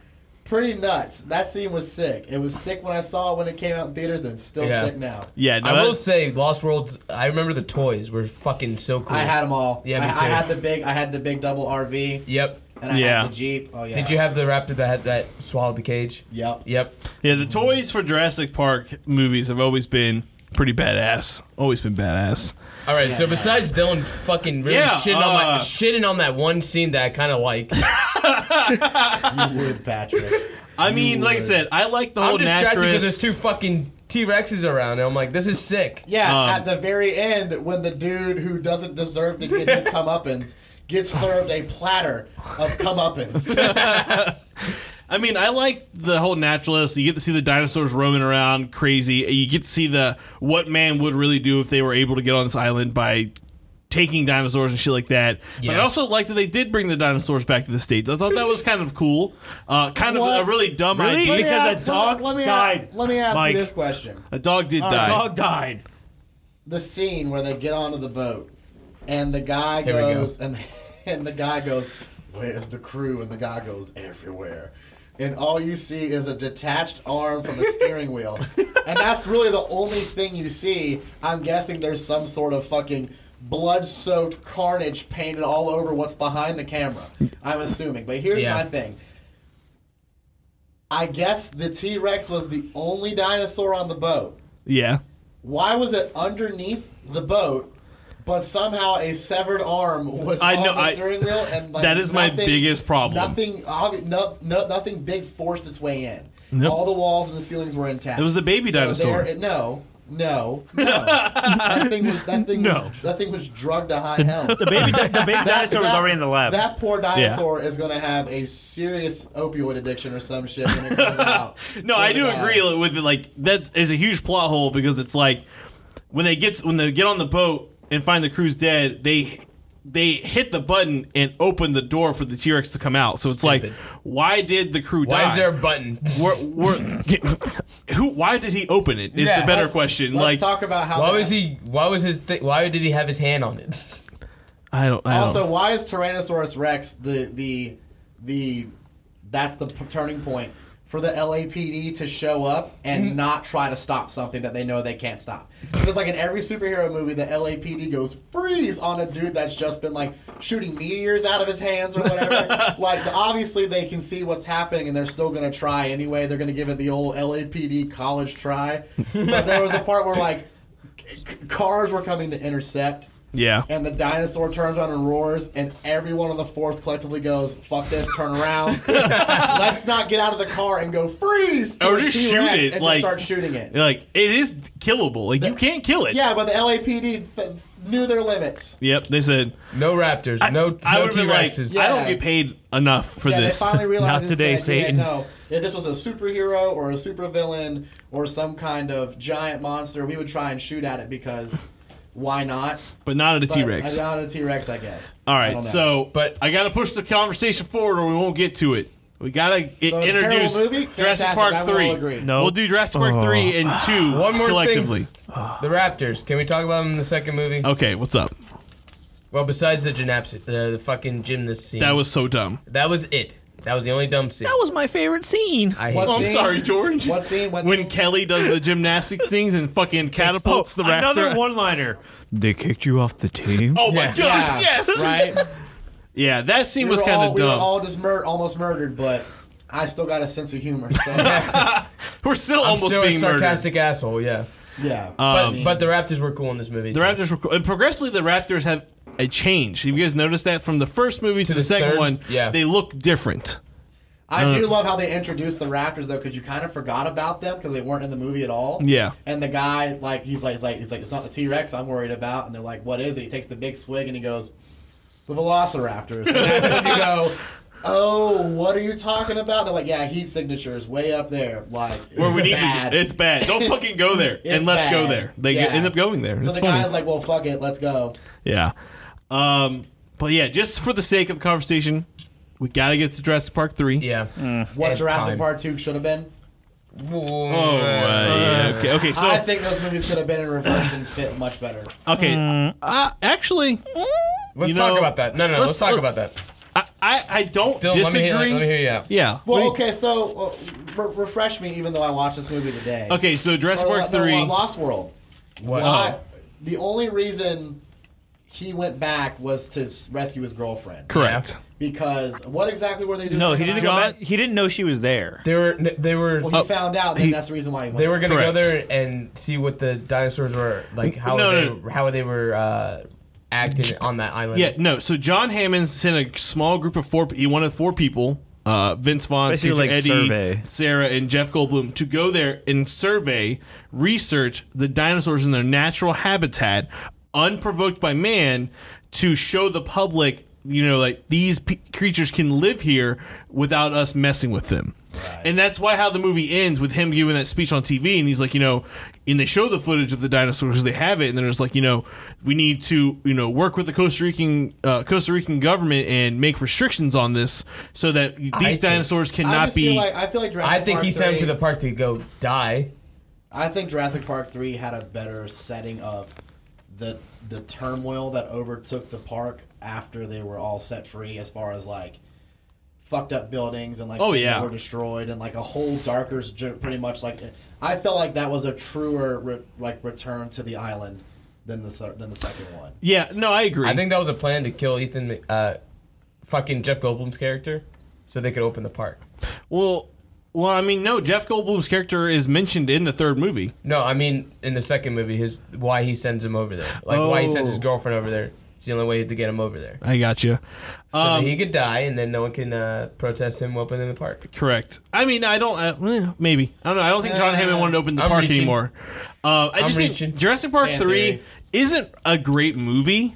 Pretty nuts. That scene was sick. It was sick when I saw it when it came out in theaters, and it's still Yeah. sick now. Yeah, no, I will that- say, Lost World. I remember the toys were fucking so cool. I had them all. Yeah, me I, I too. had the big. I had the big double RV, Yep. and I Yeah. had the Jeep. Oh yeah. Did you have the raptor that had that swallowed the cage? Yep. Yep. Yeah, the toys for Jurassic Park movies have always been pretty badass. Always been badass. All right. so besides Dylan fucking really Yeah, shitting on my uh, shitting on that one scene that I kind of like. You would, Patrick. I mean, like I said, I like the whole. I'm distracted naturist- because there's two fucking T Rexes around, and I'm like, this is sick. Yeah, Um, at the very end, when the dude who doesn't deserve to get his comeuppance gets served a platter of comeuppance. I mean, I like the whole naturalist. You get to see the dinosaurs roaming around crazy. You get to see the what man would really do if they were able to get on this island by taking dinosaurs and shit like that. But I Yeah. also like that they did bring the dinosaurs back to the states. I thought that was kind of cool. Uh, kind of What? a really dumb Really? idea Let me ask- let me- let me ask- let me ask you Mike. this question. A dog did All right. die. Dog died. the scene where they get onto the boat and the guy Here we go. goes and and the guy goes, Where's the crew? And the guy goes everywhere. And all you see is a detached arm from a steering wheel. And that's really the only thing you see. I'm guessing there's some sort of fucking blood soaked carnage painted all over what's behind the camera. I'm assuming. But here's Yeah. my thing. I guess the T Rex was the only dinosaur on the boat Yeah. why was it underneath the boat, but somehow a severed arm was I on know, the I- steering wheel? And like that is my nothing- biggest problem. Nothing, obvi- no, no, nothing big forced its way in. Nope. All the walls and the ceilings were intact. It was the baby So dinosaur. there- no, no, no. that thing was that thing was that thing was drugged to high hell. the baby di- the baby dinosaur was already in the lab. That poor Yeah. dinosaur is going to have a serious opioid addiction or some shit when it comes out. No, I do agree with it. Like that is a huge plot hole because it's like when they get when they get on the boat and find the crew's dead, they they hit the button and open the door for the T Rex to come out. So it's like, Stupid. why did the crew Why die? is there a button? We're, we're, who? Why did he open it? Is Yeah, the better let's- question. let's like, talk about how Why that- was he? Why was his? Thi- why did he have his hand on it? I don't. also, why is Tyrannosaurus Rex the the the that's the p- turning point for the LAPD to show up and not try to stop something that they know they can't stop? Because like in every superhero movie, the LAPD goes freeze on a dude that's just been like shooting meteors out of his hands or whatever. like obviously they can see what's happening and they're still gonna try anyway. They're gonna give it the old LAPD college try. But there was a part where like c- c- cars were coming to intercept. Yeah. And the dinosaur turns around and roars, and everyone on the force collectively goes, "Fuck this! Turn around! Let's not get out of the car and go freeze!" To Or a just T-Rex shoot and it, just like- start shooting it. like it is killable. Like you can't kill it. Yeah, but the LAPD f- knew their limits. Yep. They said no raptors, no I no would've been like, T-Rexes. I don't Yeah. get paid enough for yeah, this. they finally realized and said, Yeah, no, if this was a superhero or a supervillain or some kind of giant monster, we would try and shoot at it because why not? But not at a But T-Rex. Not at a T-Rex, I guess. All I don't right, know. so but I gotta push the conversation forward, or we won't get to it. We gotta i- So it's a introduce terrible movie? Jurassic Fantastic, I Park will three. agree. No. we'll do Jurassic Park three and two One more collectively. Thing. The Raptors. Can we talk about them in the second movie? Okay, what's up? Well, besides the gynaps- the, the fucking gymnast scene. That was so dumb. That was it. That was the only dumb scene. That was my favorite scene. I hate What Oh, I'm it. sorry, George. What scene? What when Kelly does the gymnastics things and fucking catapults the raptor. oh, another one-liner. They kicked you off the team. Oh my god! Yeah, Yes. right. Yeah, that scene We was were kind all- of We were dumb. all just mur- almost murdered, but I still got a sense of humor. So We're still I'm almost still a being murdered. Um, sarcastic asshole. Yeah. yeah, Uh, but, but the Raptors were cool in this movie. The too. Raptors were cool. and progressively the Raptors have a change. Have you guys noticed that from the first movie to, the, second third? one? Yeah. they look different. uh, I do love how they introduced the Raptors though, because you kind of forgot about them because they weren't in the movie at all. Yeah. And the guy, like, he's like, he's like, he's like, it's not the T Rex I'm worried about, and they're like, what is it? He takes the big swig and he goes, the Velociraptors. And that's when you go. Oh, what are you talking about? They're like, yeah, heat signature is way up there. Like, Where it's we need bad. to, it's bad. Don't fucking go there. and It's let's go bad. there. They Yeah. end up going there. So it's the funny. guy's like, well, fuck it, let's go. yeah. Um, but yeah, just for the sake of the conversation, we gotta get to Jurassic Park three. Yeah. Mm. What And Jurassic time. Part Two should have been. Oh, uh, yeah. Okay. Okay. So I think those movies could have been in reverse and fit much better. okay. Uh, actually, Mm. Let's you talk know, about that. No, no, no let's, talk about that. I, I, I don't Dylan, let me, disagree. hear, let me hear you out. yeah. Well, okay, so uh, re- refresh me, even though I watched this movie today. Okay. So Jurassic Or, Park no, three. Lost World. What? Why- The only reason he went back was to s- rescue his girlfriend. Correct. Because what exactly were they doing? No, he didn't go Well, back. He didn't know she was there. They were. They were. he found out, and that's the reason why he went. They were gonna Correct. go there and see what the dinosaurs were like. How No, they no. how they were uh, acting on that island. Yeah, no. So John Hammond sent a small group of four. He wanted four people uh, Vince Vaughn's Basically, future like, Eddie, survey. Sarah, and Jeff Goldblum to go there and survey, research the dinosaurs in their natural habitat, unprovoked by man, to show the public, you know, like these p- creatures can live here without us messing with them. And that's why how the movie ends with him giving that speech on TV, and he's like, you know, and they show the footage of the dinosaurs, they have it, and they're just like, you know, we need to, you know, work with the Costa Rican uh, Costa Rican government and make restrictions on this so that these think- dinosaurs I cannot just feel be. like I feel like Jurassic I think Park he sent him 3 to the park to go die. I think Jurassic Park three had a better setting of the the turmoil that overtook the park after they were all set free, as far as like fucked up buildings and like Oh, things that yeah. were destroyed and like a whole darker, s- ju- pretty much like I felt like that was a truer re- like return to the island than the third than the second one. yeah, no, I agree. I think that was a plan to kill Ethan, uh, fucking Jeff Goldblum's character, so they could open the park. well, well, I mean, no, Jeff Goldblum's character is mentioned in the third movie. No, I mean in the second movie, his why he sends him over there, like why he sends his Oh. girlfriend over there. It's the only way to get him over there, I got you. so that Um, he could die, and then no one can uh, protest him opening the park. Correct. I mean, I don't. I, eh, maybe I don't know. I don't think John Hammond wanted to open the I'm park reaching. anymore. Uh, I I'm just think reaching. Jurassic Park Fan three theory. isn't a great movie.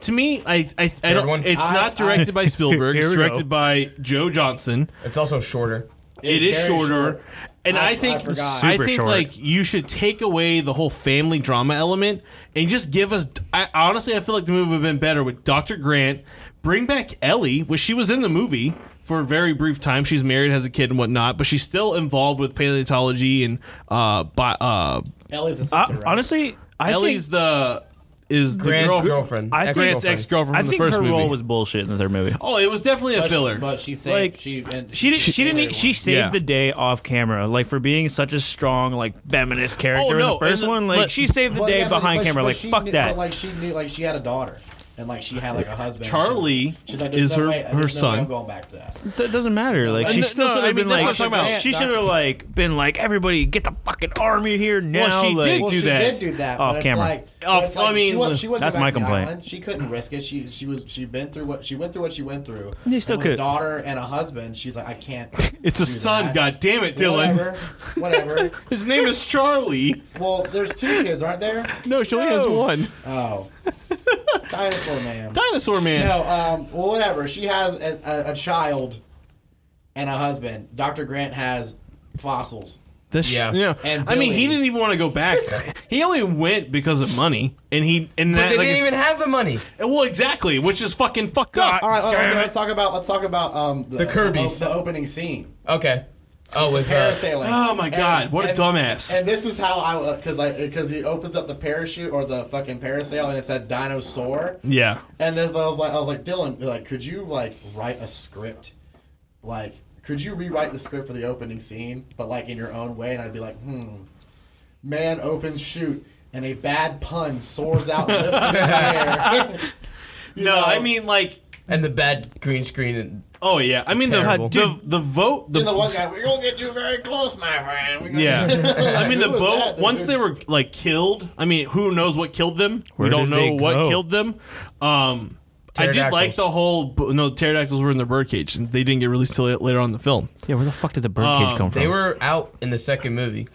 To me, I I, I don't. one. It's I- not directed by Spielberg. Here It's we go. directed by Joe Johnson. It's also shorter. It's It's very shorter. short. And I- I, I think forgot. I Super think short. like you should take away the whole family drama element and just give us. I, honestly, I feel like the movie would have been better with Doctor Grant. Bring back Ellie, which she was in the movie for a very brief time. She's married, has a kid, and whatnot, but she's still involved with paleontology and uh, bi- uh, Ellie's a sister, Uh, right? Honestly, I Ellie's the is Grant's the girl, girlfriend. I I think- Grant's ex girlfriend. I from think the first her movie. role was bullshit in the third movie. Oh, it was definitely a But she- filler. but she saved Like, she and She didn't. She, everyone. didn't. She saved Yeah. the day off camera, like for being such a strong, like feminist character Oh, no, in the first and the- one. Like but- she saved the Well, day yeah, but- behind but- camera. but like she fuck knew- that. But like she knew, like she had a daughter, and like she had like a husband. Charlie she's, she's like, is there's no her- way- her there's no way son. I'm going back to that. That doesn't matter. Like And she th- still no, should I have mean, been that's what like I'm talking about. she should have like been like everybody get the fucking army here now. she did like- do she that. did do that but Off it's camera. Like, but Off- it's like I mean, she wa- she wasn't that's back my on the complaint. island. She couldn't risk it. She she was she been through what she went through what she went through. You still And with could. a daughter and a husband. She's like, I can't. It's a do son, that. god damn it, Dylan. Whatever. Whatever. His name is Charlie. well, there's two kids, aren't there? No, she only has No. one. Oh, dinosaur man. Dinosaur man. No, um, well, whatever. She has a, a, a child and a husband. Dr. Grant has fossils. That's Yeah. yeah. And I mean, he Billy. didn't even want to go back. he only went because of money, and he and But that, they like, didn't it's- even have the money. Well, exactly, which is fucking fucked up. All right, let- Damn okay, it. let's talk about let's talk about um, The Kirby's. the, opening scene. Okay. Oh, with uh, parasailing. Oh my god, what a dumbass. And this is how I uh, because I because he opens up the parachute or the fucking parasail and it said dinosaur. yeah. And then I was like, I was like, Dylan, like, could you like write a script, like, could you rewrite the script for the opening scene, but like in your own way? And I'd be like, hmm, man opens shoot, and a bad pun soars out and lifts in the air. No, I mean like and the bad green screen. And, oh yeah. I mean the, Terrible. the the vote the, and the one guy, we're gonna get you very close, my friend. We're gonna Yeah. I mean the Who was boat that, once dude? they were like killed, I mean who knows what killed them? Where we don't did they know what go? killed them. Um I did like Pterodactyls. the whole bo- no pterodactyls were in the birdcage and they didn't get released till later on in the film. yeah, where the fuck did the birdcage Um, come from? they were out in the second movie.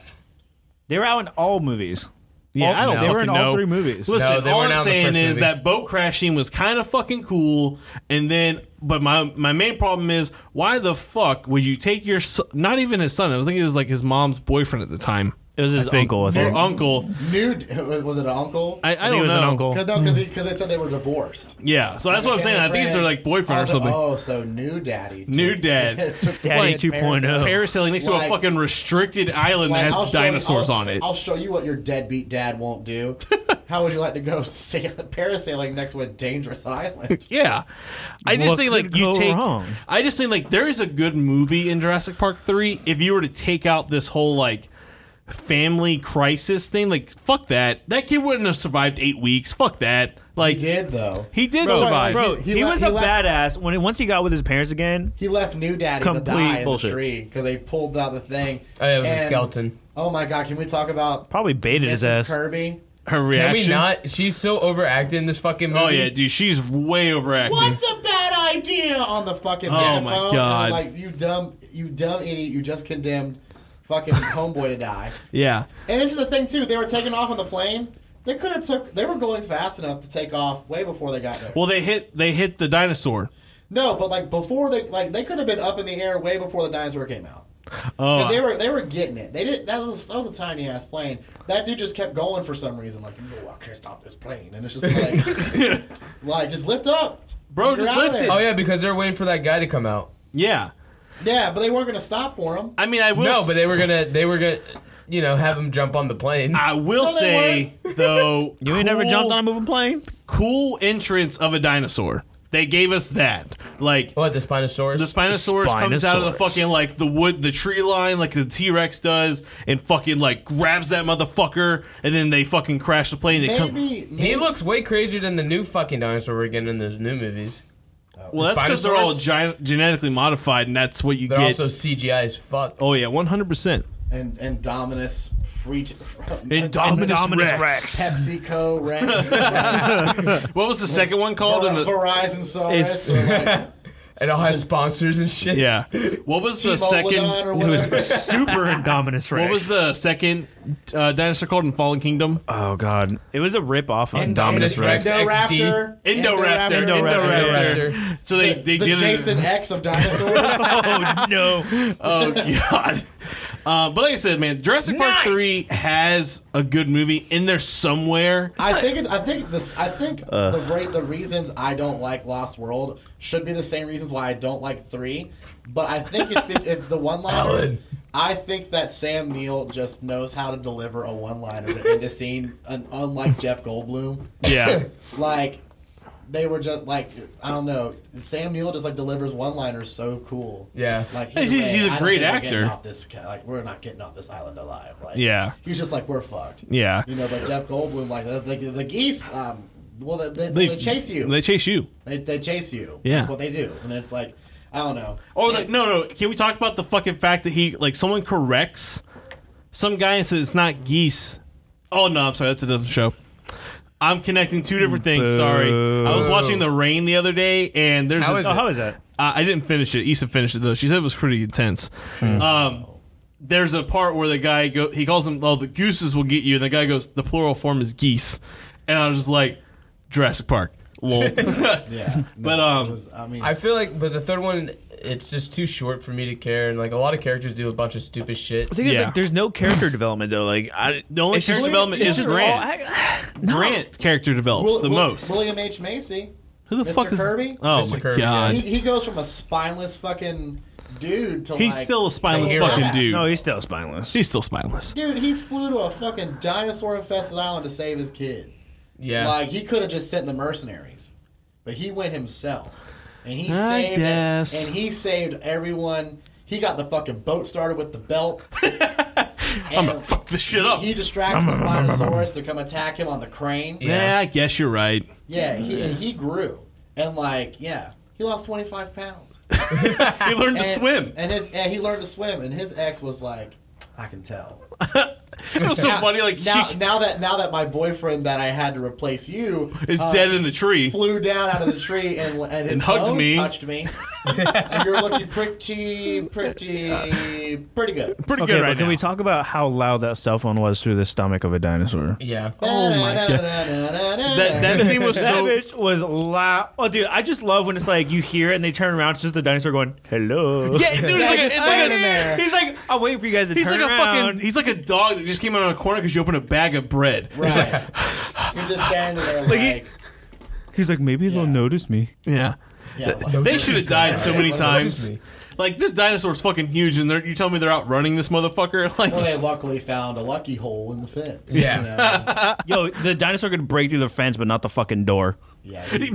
They were out in all movies. Yeah, All- I don't They were fucking in all know. three movies. Listen, No, they all weren't I'm out in the saying first is movie. that boat crashing was kind of fucking cool, and then, but my my main problem is why the fuck would you take your son, not even his son? I was thinking it was like his mom's boyfriend at the time. It was his uncle, I think. Or uncle. Nude was it an uncle? I, I, don't it was know. an uncle. Because no, because they said they were divorced. Yeah, so that's what I'm saying. I think it's their like I boyfriend or was like, something. Oh, so new daddy. took- New dad. took Daddy oh. place 2.0. parasailing. Parasailing next to a Like- fucking restricted island Like, that has I'll show you- dinosaurs I'll- on it. I'll show you what your deadbeat dad won't do. How would you like to go sail, parasailing next to a dangerous island? Yeah, I just What think could like you go take. wrong? I just think like there is a good movie in Jurassic Park three. If you were to take out this whole like family crisis thing, like fuck that, that kid wouldn't have survived eight weeks. Fuck that, like He did though. He did Bro, survive. like, Bro, he, le- was a left, badass when once he got with his parents again. He left new daddy to Complete die in bullshit. the tree because they pulled out the thing. Oh, yeah, it was a And- skeleton. Oh my god! Can we talk about Probably baited his Mrs. ass. Kirby? her Can reaction. we not? She's so overacting in this fucking movie. Oh yeah, dude, she's way overacting. What's a bad idea on the fucking Oh, megaphone? my And, God. Like you dumb, you dumb idiot! You just condemned fucking homeboy to die. Yeah. And this is the thing too. They were taking off on the plane. They could have took. They were going fast enough to take off way before they got there. Well, they hit they hit the dinosaur. No, but like before they like they could have been up in the air way before the dinosaur came out. Oh, 'Cause they were they were getting it. They did that was that was a tiny ass plane. That dude just kept going for some reason. Like, no, I can't stop this plane. And it's just like, like just lift up, bro. Just lift it. Oh yeah, because they're waiting for that guy to come out. Yeah. Yeah, but they weren't gonna stop for him. I mean, I will. No, s- but they were gonna. They were gonna. You know, have him jump on the plane. I will No, they say though, you ain't never jumped on a moving plane. Cool entrance of a dinosaur. They gave us that. Like What the Spinosaurus? the Spinosaurus comes out of the Spinosaurus. fucking like the wood, the tree line, like the T Rex does, and fucking like grabs that motherfucker, and then they fucking crash the plane. And it come- Maybe, He maybe looks way crazier than the new fucking dinosaur we're getting in those new movies. well, that's because they're all Spinosaurus? gi- genetically modified, and that's what you They're get. also CGI as fuck. oh yeah, one hundred percent. and and Dominus free Indominus Rex. PepsiCo Rex What was the second one called? in the- Verizon Saurus It's- or like It all has sponsors and shit. yeah. What was the T-Mobile second? or whatever. Super Indominus Rex. What was the second uh, dinosaur called in Fallen Kingdom? Oh god, it was a rip off of And- Dominus and Rex XD. Indoraptor, Indoraptor. Indoraptor. So they The, they the did Jason it. X of dinosaurs. oh no. Oh god. Uh, but like I said, man, Jurassic Park Nice. three has a good movie in there somewhere. I think it's, I think this I think Uh. the rate the reasons I don't like Lost World should be the same reasons why I don't like three, but I think it's be- if the one liners I think that Sam Neill just knows how to deliver a one liner to end a scene, un- unlike Jeff Goldblum. Yeah. like they were just like I don't know. Sam Neill just like delivers one liners so cool. Yeah. like He's- way, he's a I don't great think we're getting actor. Off this ca- like we're not getting off this island alive. Like Yeah. he's just like we're fucked. Yeah. You know, but Jeff Goldblum, like the, the, the geese, um, well, they, they, They- they chase you. They chase you. They, they chase you. Yeah. That's what they do. And it's like, I don't know. Or Oh, like, no, no. Can we talk about the fucking fact that he like someone corrects some guy and says it's not geese? Oh no, I'm sorry. That's a different show. I'm connecting two different things. Sorry, I was watching The Rain the other day, and there's How a- is oh, it? how is that? Uh, I didn't finish it. Issa finished it though. She said it was pretty intense. Um, there's a part where the guy go he calls him oh the gooses will get you, and the guy goes the plural form is geese, and I was just like Jurassic Park. Lol. Yeah. But, No, um, it was- I mean, I feel like, but the third one, it's just too short for me to care. And like a lot of characters do a bunch of stupid shit. The thing is, Yeah. like, there's no character development though. Like, I, the only It's character just- development it's is just all- Grant. Grant character develops Will- the Will- most. William H. Macy. Who the Mr. fuck is Kirby? Oh Mr. my Kirby, god, He, he goes from a spineless fucking dude to he's like, still a spineless hero. fucking dude. No, he's still spineless. he's still spineless. Dude, he flew to a fucking dinosaur infested island to save his kid. Yeah. Like, he could have just sent the mercenaries, but he went himself. And he I saved guess. And he saved everyone. He got the fucking boat started with the belt. I'm gonna fuck this shit up. He distracted the Spinosaurus to come attack him on the crane. Yeah, Yeah. I guess you're right. he, and he grew. And, like, yeah, he lost 25 pounds. He learned to And- swim. And, his, and he learned to swim. And his ex was like, I can tell. It was so funny. Like Now, she now that now that my boyfriend that I had to replace you is uh, dead in the tree. flew down out of the tree and and, his And hugged bones me. touched me, and you're looking pretty, pretty, pretty good. Pretty Okay, good but right can now. we talk about how loud that cell phone was through the stomach of a dinosaur? yeah. Oh my God. that, That, that scene was That so. bitch was loud. Oh, dude, I just love when it's like you hear it and they turn around. It's just the dinosaur going, "Hello." Yeah, dude, it's Yeah, like, a, just it's like standing a, there. he's like I'm waiting for you guys to he's turn like a around. fucking he's like a dog that just came out of a corner because you opened a bag of bread. right. You're just standing there like, he- He's like, maybe they'll Yeah. notice me. Yeah, yeah, like, they should have died so many What times. Like this dinosaur's fucking huge, and they're, you tell me they're outrunning this motherfucker. Like well, they luckily found a lucky hole in the fence. Yeah. you know? Yo, the dinosaur could break through the fence, but not the fucking door. yeah. he-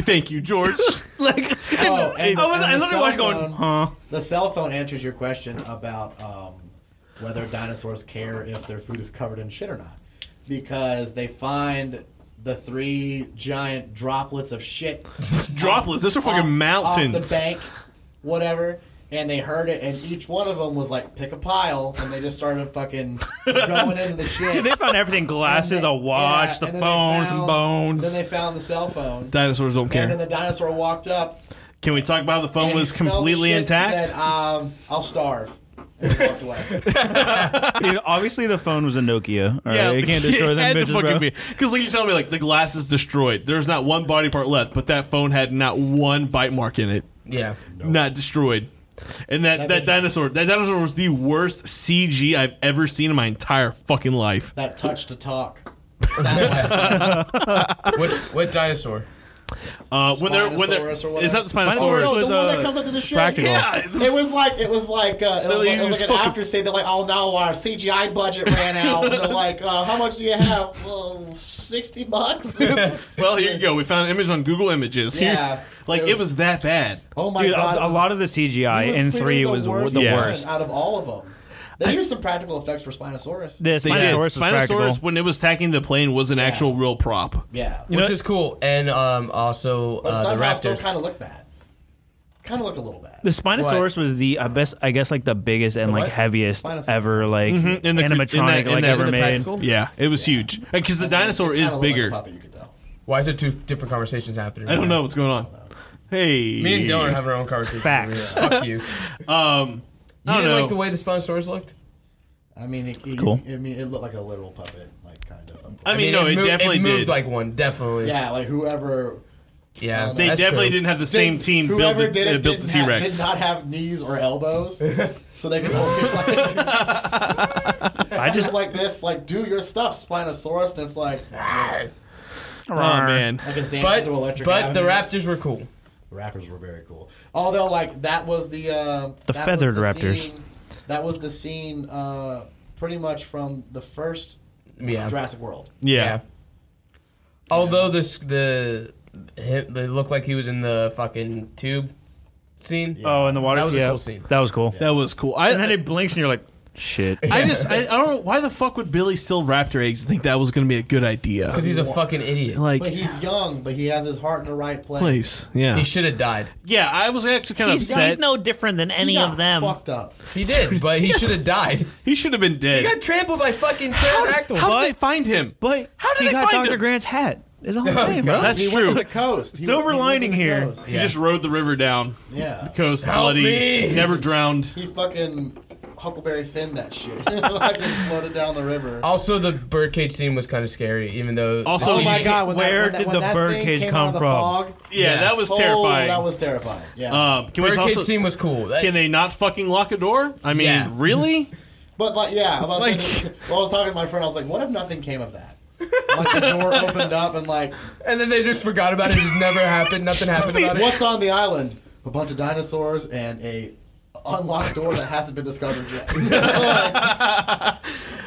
Thank you, George. like, Oh, and, I was- and I the literally cell watched going, phone- Huh? The cell phone answers your question about um, whether dinosaurs care if their food is covered in shit or not, because they find the three giant droplets of shit droplets. Those are off- fucking off mountains. the bank, whatever. and they heard it, and each one of them was like, "Pick a pile," and they just started fucking going into the shit. Dude, they found everything: glasses, a watch, the And then they phones, and found- bones. Then they found the cell phone. Dinosaurs don't And care. then the dinosaur walked up. Can we talk about the phone and he was smelled the completely shit and intact? Said, um, I'll starve. And he walked away. Dude, obviously the phone was a Nokia. All right, you can't destroy it them had bitches, to fucking bro. be. Because like you tell me, like the glass is destroyed. There's not one body part left, but that phone had not one bite mark in it. Yeah. not destroyed. And that, that, dinosaur, that dinosaur was the worst CG I've ever seen in my entire fucking life. That touch to talk. which which dinosaur? Uh, when they're when they're Spinosaurus or it's not the whatever. Spinosaurus, No, the one that uh, comes up to the shit. Practical. Yeah, it was like it was like uh, it was, like, it was It's like an fucking- after scene. They're like, oh no, our CGI budget ran out. And they're like, uh, how much do you have? Well, sixty bucks. Oh well, here you go. We found an image on Google Images. Here- Yeah. like it was that bad. Oh my Dude, a- god! a, lot of the It CGI was in clearly three was wor- the Yeah. worst. out of all of them. They used some practical effects for Spinosaurus. The They did. Spinosaurus was practical. when it was attacking the plane was an actual real prop. Yeah, Uh, Which is cool, and um, also but uh, the somehow still raptors. kind of look bad. Kind of look a little bad. The Spinosaurus was the I best I guess like the biggest and like what? heaviest Spinosaurus. ever like Mhm, in the- in animatronic that- in like that- ever in the made. practical? Yeah, it was huge because the dinosaur is bigger. Why is there two different conversations happening? I right don't now? know what's going on. Hey, Me and Dylan are having our own conversation. Facts. Fuck you. Um, You I don't didn't know. like the way the Spinosaurus looked? I mean, it, it, Cool. I mean, it looked like a literal puppet, like kind of. I mean, no, it, moved, definitely it moved did. like one, definitely. Yeah, like whoever. Yeah, they that's definitely true. didn't have the same team build Whoever the, did uh, it built the didn't T have- Rex. did not have knees or elbows, so they could all be like. I just like this, like do your stuff, Spinosaurus, and it's like. Oh man, Like it's dancing But to electric. but the Avenue. raptors were cool. Raptors were very cool. Although, like that was the uh, The that was feathered raptors. Scene, that was the scene, uh, pretty much from the first Yeah. Jurassic World. Yeah. Although this the him, they looked like he was in the fucking tube scene. Oh, in the water. That was yeah. a cool scene. That was cool. that was cool. I, And then it blinks and you're like, shit. I just I, I don't know why the fuck would Billy steal raptor eggs and think that was going to be a good idea. Because he's a fucking idiot. Like But he's young, but he has his heart in the right place. place, yeah, He should have died. yeah. I was actually kind of He's, upset. he's no different than He any got of them. fucked up. He did, but he should have died. he should have been He dead. got trampled by fucking pterodactyls. How did they find him? But How did he they got find Dr. him? Grant's hat. It's all same, bro. That's he true. went to the coast. He- Silver he went to lining the here. coast. He just rode the river down Yeah. the coast, Help bloody, me. never drowned. He fucking Huckleberry Finn that shit. fucking floated down the river. Oh, Also, the birdcage scene was kind of scary, even though. Also- oh so my you- god! When where that, when did that, the when that bird thing cage came come out of the from? Fog, Yeah, that was oh, terrifying. That was terrifying. Yeah. um, can we birdcage also, scene was cool. That- Can they not fucking lock a door? I mean, Yeah. really? But like, yeah, I was, Like- saying- well, I was talking to my friend. I was like, "What if nothing came of that? Like the door opened up and like, and then they just forgot about it. It just never happened. Nothing happened about it. what's on the island? A bunch of dinosaurs and a unlocked door that hasn't been discovered yet.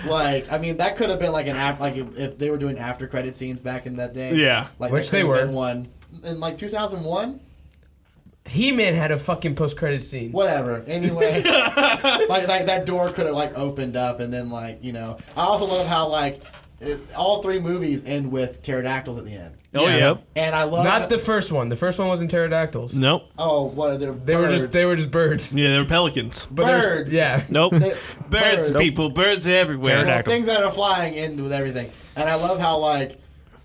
like, I mean, that could have been like an app. Like if, if they were doing after credit scenes back in that day. Yeah. like Which that they could have were. been One in like 2001. He Man had a fucking post credit scene. whatever. Anyway, like, like that door could have like opened up, and then like you know, I also love how like it, all three movies end with pterodactyls at the end, Oh yeah. and I love Not the first one. The first one wasn't pterodactyls. Nope. oh what they're birds. They were just they were just birds. Yeah, they were pelicans. But there's- Birds. Yeah. Nope. They- Birds, people, birds everywhere. You know, things that are flying in with everything, and I love how like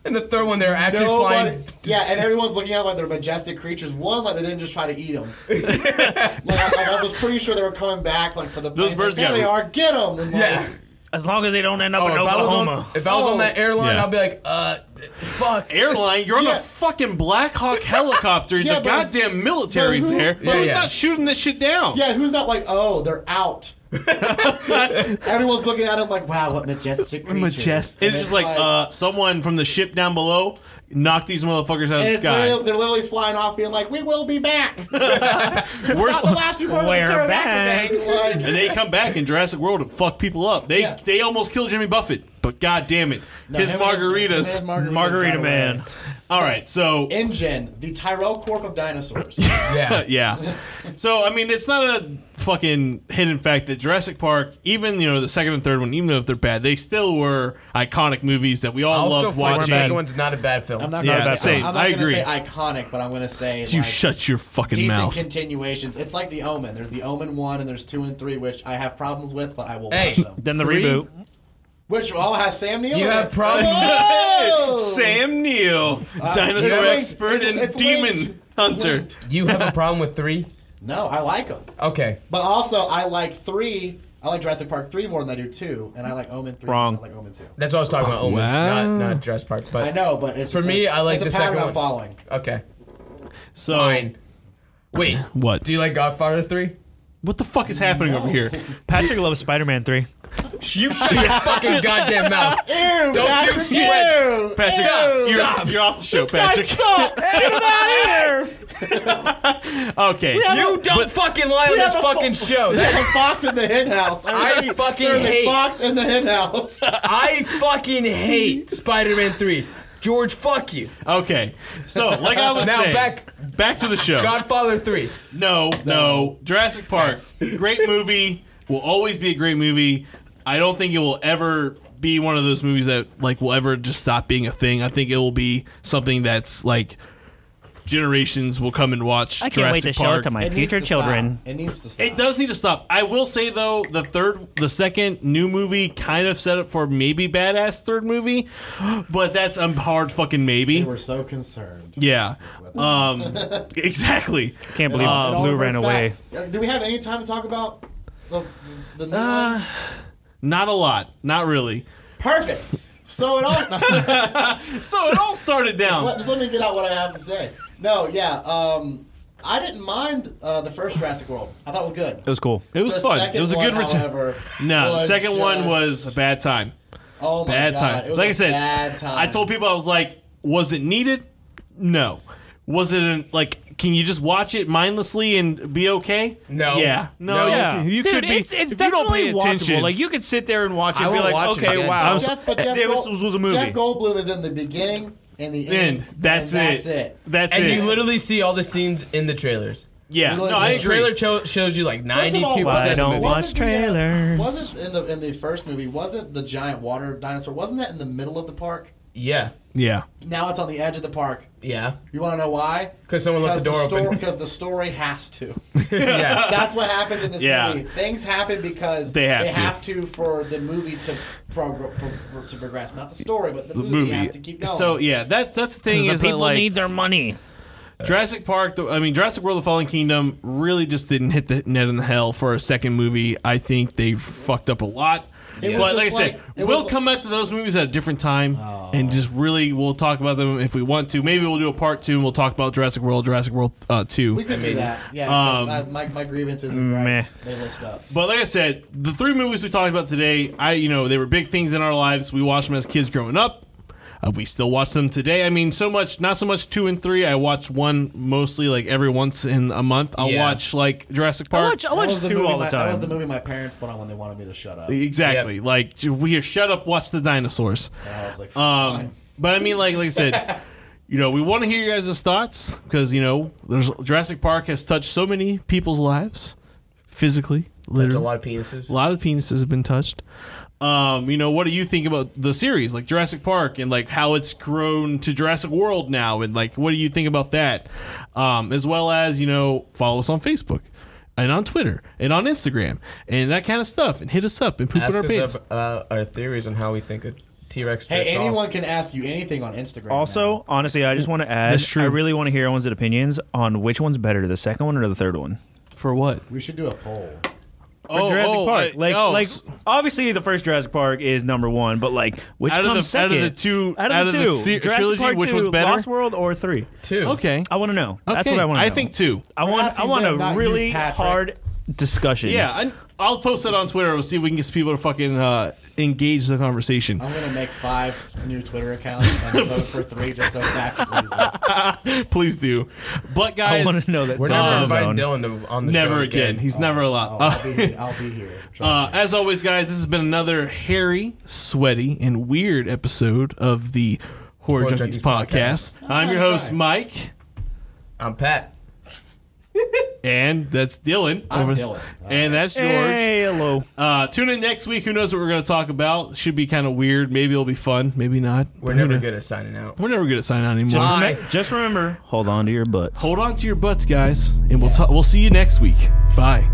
And the third one, they were actually nobody, flying. yeah, and everyone's looking at them like they're majestic creatures. One like they didn't just try to eat them. like, I, like, I was pretty sure they were coming back like for the Those plane, birds like, got- there they are get them. And, like, Yeah. As long as they don't end up Oh, in if I was on, Oklahoma. if I was on Oh. that airline, Yeah. I'd be like, uh, fuck. Airline, you're on Yeah. a fucking Black Hawk helicopter. Yeah, the but- goddamn military's but who- there. but who's yeah. not shooting this shit down? Yeah, who's not like, oh, they're out. Everyone's looking at him like, wow, what majestic creatures. Majestic. And It's just like, uh, someone from the ship down below knocked these motherfuckers and out of the it's sky. literally, they're literally flying off, being like, "We will be back." We're Not the last report of the We're pterodactyl back. thing, like- and they come back in Jurassic World and fuck people up. They Yeah. they almost killed Jimmy Buffett. But god damn it, No, his him and his- margaritas, him and his margaritas Margarita got Man. away. All right, so InGen, the Tyrell Corp of dinosaurs. yeah. yeah. So I mean, it's not a fucking hidden fact that Jurassic Park, even you know the second and third one, even though if they're bad, they still were iconic movies that we all I'll still loved fight the watching. second one's not a bad film. I'm not Yeah, gonna that's say, same. I'm I not gonna say agree. iconic, but I'm gonna say You like, shut your fucking decent mouth. continuations. It's like the Omen. There's the Omen one, and there's two and three, which I have problems with, but I will Hey, watch them. then the Three? reboot. Which all has Sam Neill. You in have it. problems- Whoa! Sam Neill, Uh, it's dinosaur linked. expert It's- and it's demon linked. hunter. You have a problem with three? No, I like them, Okay. but also I like three. I like Jurassic Park three more than I do two, and I like Omen three. more Wrong. than I like Omen two. That's what I was talking about. Omen, Wow. not not Dress Park. But I know, but it's, for me, it's- I like it's a the pattern second I'm one. Following. Okay. So Fine. Wait. What? Do you like Godfather three? What the fuck is happening over here? Patrick loves Spider Man 3. You shut your fucking goddamn mouth. Ew, Don't Patrick, you sweat. ew, Patrick, Stop, you're, stop. you're off the show, This guy Patrick. sucks. Get him out of here. Okay, You don't fucking lie on we this have a fo- fucking show. There's That- a fox in the hen house. I fucking There's hate- a fox in the hen house. I fucking hate Spider-Man three. George, fuck you. okay. So, like I was Now saying, back- back to the show. Godfather three. No, no, Jurassic Park, great movie. Will always be a great movie. I don't think it will ever be one of those movies that like will ever just stop being a thing. I think it will be something that's like generations will come and watch. I can't Jurassic wait to Park. show it to my future children. It needs to stop. It does need to stop. I will say though, the third, the second new movie kind of set up for maybe badass third movie, but that's a hard fucking maybe. We're so concerned. Yeah, um, exactly. Can't believe Oh, It all Blue brings ran away. back- Uh, Do we have any time to talk about the, the, the new Uh, ones? Not a lot. Not really. Perfect. So it all. So it all started Let, down. just let me get out what I have to say. No, yeah. Um, I didn't mind uh, the first Jurassic World. I thought it was good. It was cool. It was the fun. second It was a one, good return. However, No, the was second one just- was a bad time. oh my Bad God, time. It was like a I said, bad time. I told people I was like, was it needed? No. Was it an, like? Can you just watch it mindlessly and be okay? No. Yeah. No. No. you Yeah. can- You, Dude, could be. it's, it's if you don't definitely pay attention. watchable. Like, you could sit there and watch it I and be won't like, watch it okay, again. wow. I'm But Jeff, but Jeff It was, Gold- was a movie. Jeff Goldblum is in the beginning and the end. end. That's, and it. That's And it. you literally see all the scenes in the trailers. yeah. literally- No, I The The agree. trailer cho- shows you like First of all, wasn't- ninety-two I percent of the don't movie. want- wasn't watch the, uh, trailers. wasn't in the in the first movie? Wasn't the giant water dinosaur? Wasn't that in the middle of the park? Yeah, Yeah. Now it's on the edge of the park. yeah. You want to know why? 'Cause someone left the door open. Because the story has to. yeah. That's what happens in this Yeah. movie. Things happen because They have to. for the movie to prog- pro- to progress. Not the story, but the, The movie, has to movie. keep going. So yeah, that that's the thing The is that, people like need their money. Jurassic Park, the, I mean Jurassic World: The Fallen Kingdom, really just didn't hit the net in the hell for a second movie. I think they fucked up a lot. It was But like I just said, like- it we'll was- Oh. come back to those movies at a different time, and just really we'll talk about them if we want to. Maybe we'll do a part two and we'll talk about Jurassic World, Jurassic World uh, two. we could do that. Yeah, um, that's- I- my, my grievances and gripes, they list up. But like I said, the three movies we talked about today, I you know they were big things in our lives. We watched them as kids growing up. Uh, we still watch them today. I mean, so much, not so much two and three. I watch one mostly like every once in a month. I'll Yeah. watch like Jurassic I Park. watch, I That watch was the two movie all my- the That was time. the movie my parents put on when they wanted me to shut up. And exactly. Like we hear shut up, watch the dinosaurs. I was like, Um, but I mean, like like I said, you know, we want to hear your guys' thoughts because you know, there's Jurassic Park has touched so many people's lives, physically, There's literally. a lot of penises. A lot of penises have been touched. Um, you know, what do you think about the series, like Jurassic Park, and like how it's grown to Jurassic World now, and like what do you think about that? Um, as well as you know, follow us on Facebook and on Twitter and on Instagram and that kind of stuff, and hit us up and poop Ask in our pants. us up, uh, our theories on how we think a T-Rex. hey, jerks off. anyone can ask you anything on Instagram. Also, honestly, I just want to add, That's true. I really want to hear everyone's opinions on which one's better, the second one or the third one. For what? now. we should do a poll. For Jurassic Park, I- like, oh, like s- obviously the first Jurassic Park is number one, but like which Out of comes the- out of second? the two- out of out of the the two, se- Jurassic trilogy, Park which 2, one's better? Lost World or three? Two. okay. I want to know. That's Okay. what I want to know. think too. I We're want. I asking want them, not a you, really Patrick. hard discussion. Yeah, I, I'll post that on Twitter. We'll see if we can get some people to fucking uh, engage the conversation. I'm gonna make five new Twitter accounts and vote for three just so Dax loses. Please do. But guys, um, I wanna know that We're We're never never inviting Dylan to- on the never show again. again. Oh. He's never allowed. Oh, I'll be here. I'll be here. Uh, as always, guys, this has been another hairy, sweaty, and weird episode of the Horror, Horror Junkies, Junkies podcast. podcast. I'm your Oh, host, Mike. I'm Pat. And that's Dylan. I'm Dylan. And that's George. Hey, hello. Uh, tune in next week. Who knows what we're going to talk about? Should be kind of weird. Maybe it'll be fun. Maybe not. We're never good at signing out. We're never good at signing out anymore. Just, remem- just remember, hold on to your butts. Hold on to your butts, guys, and we'll ta- we'll see you next week. Bye.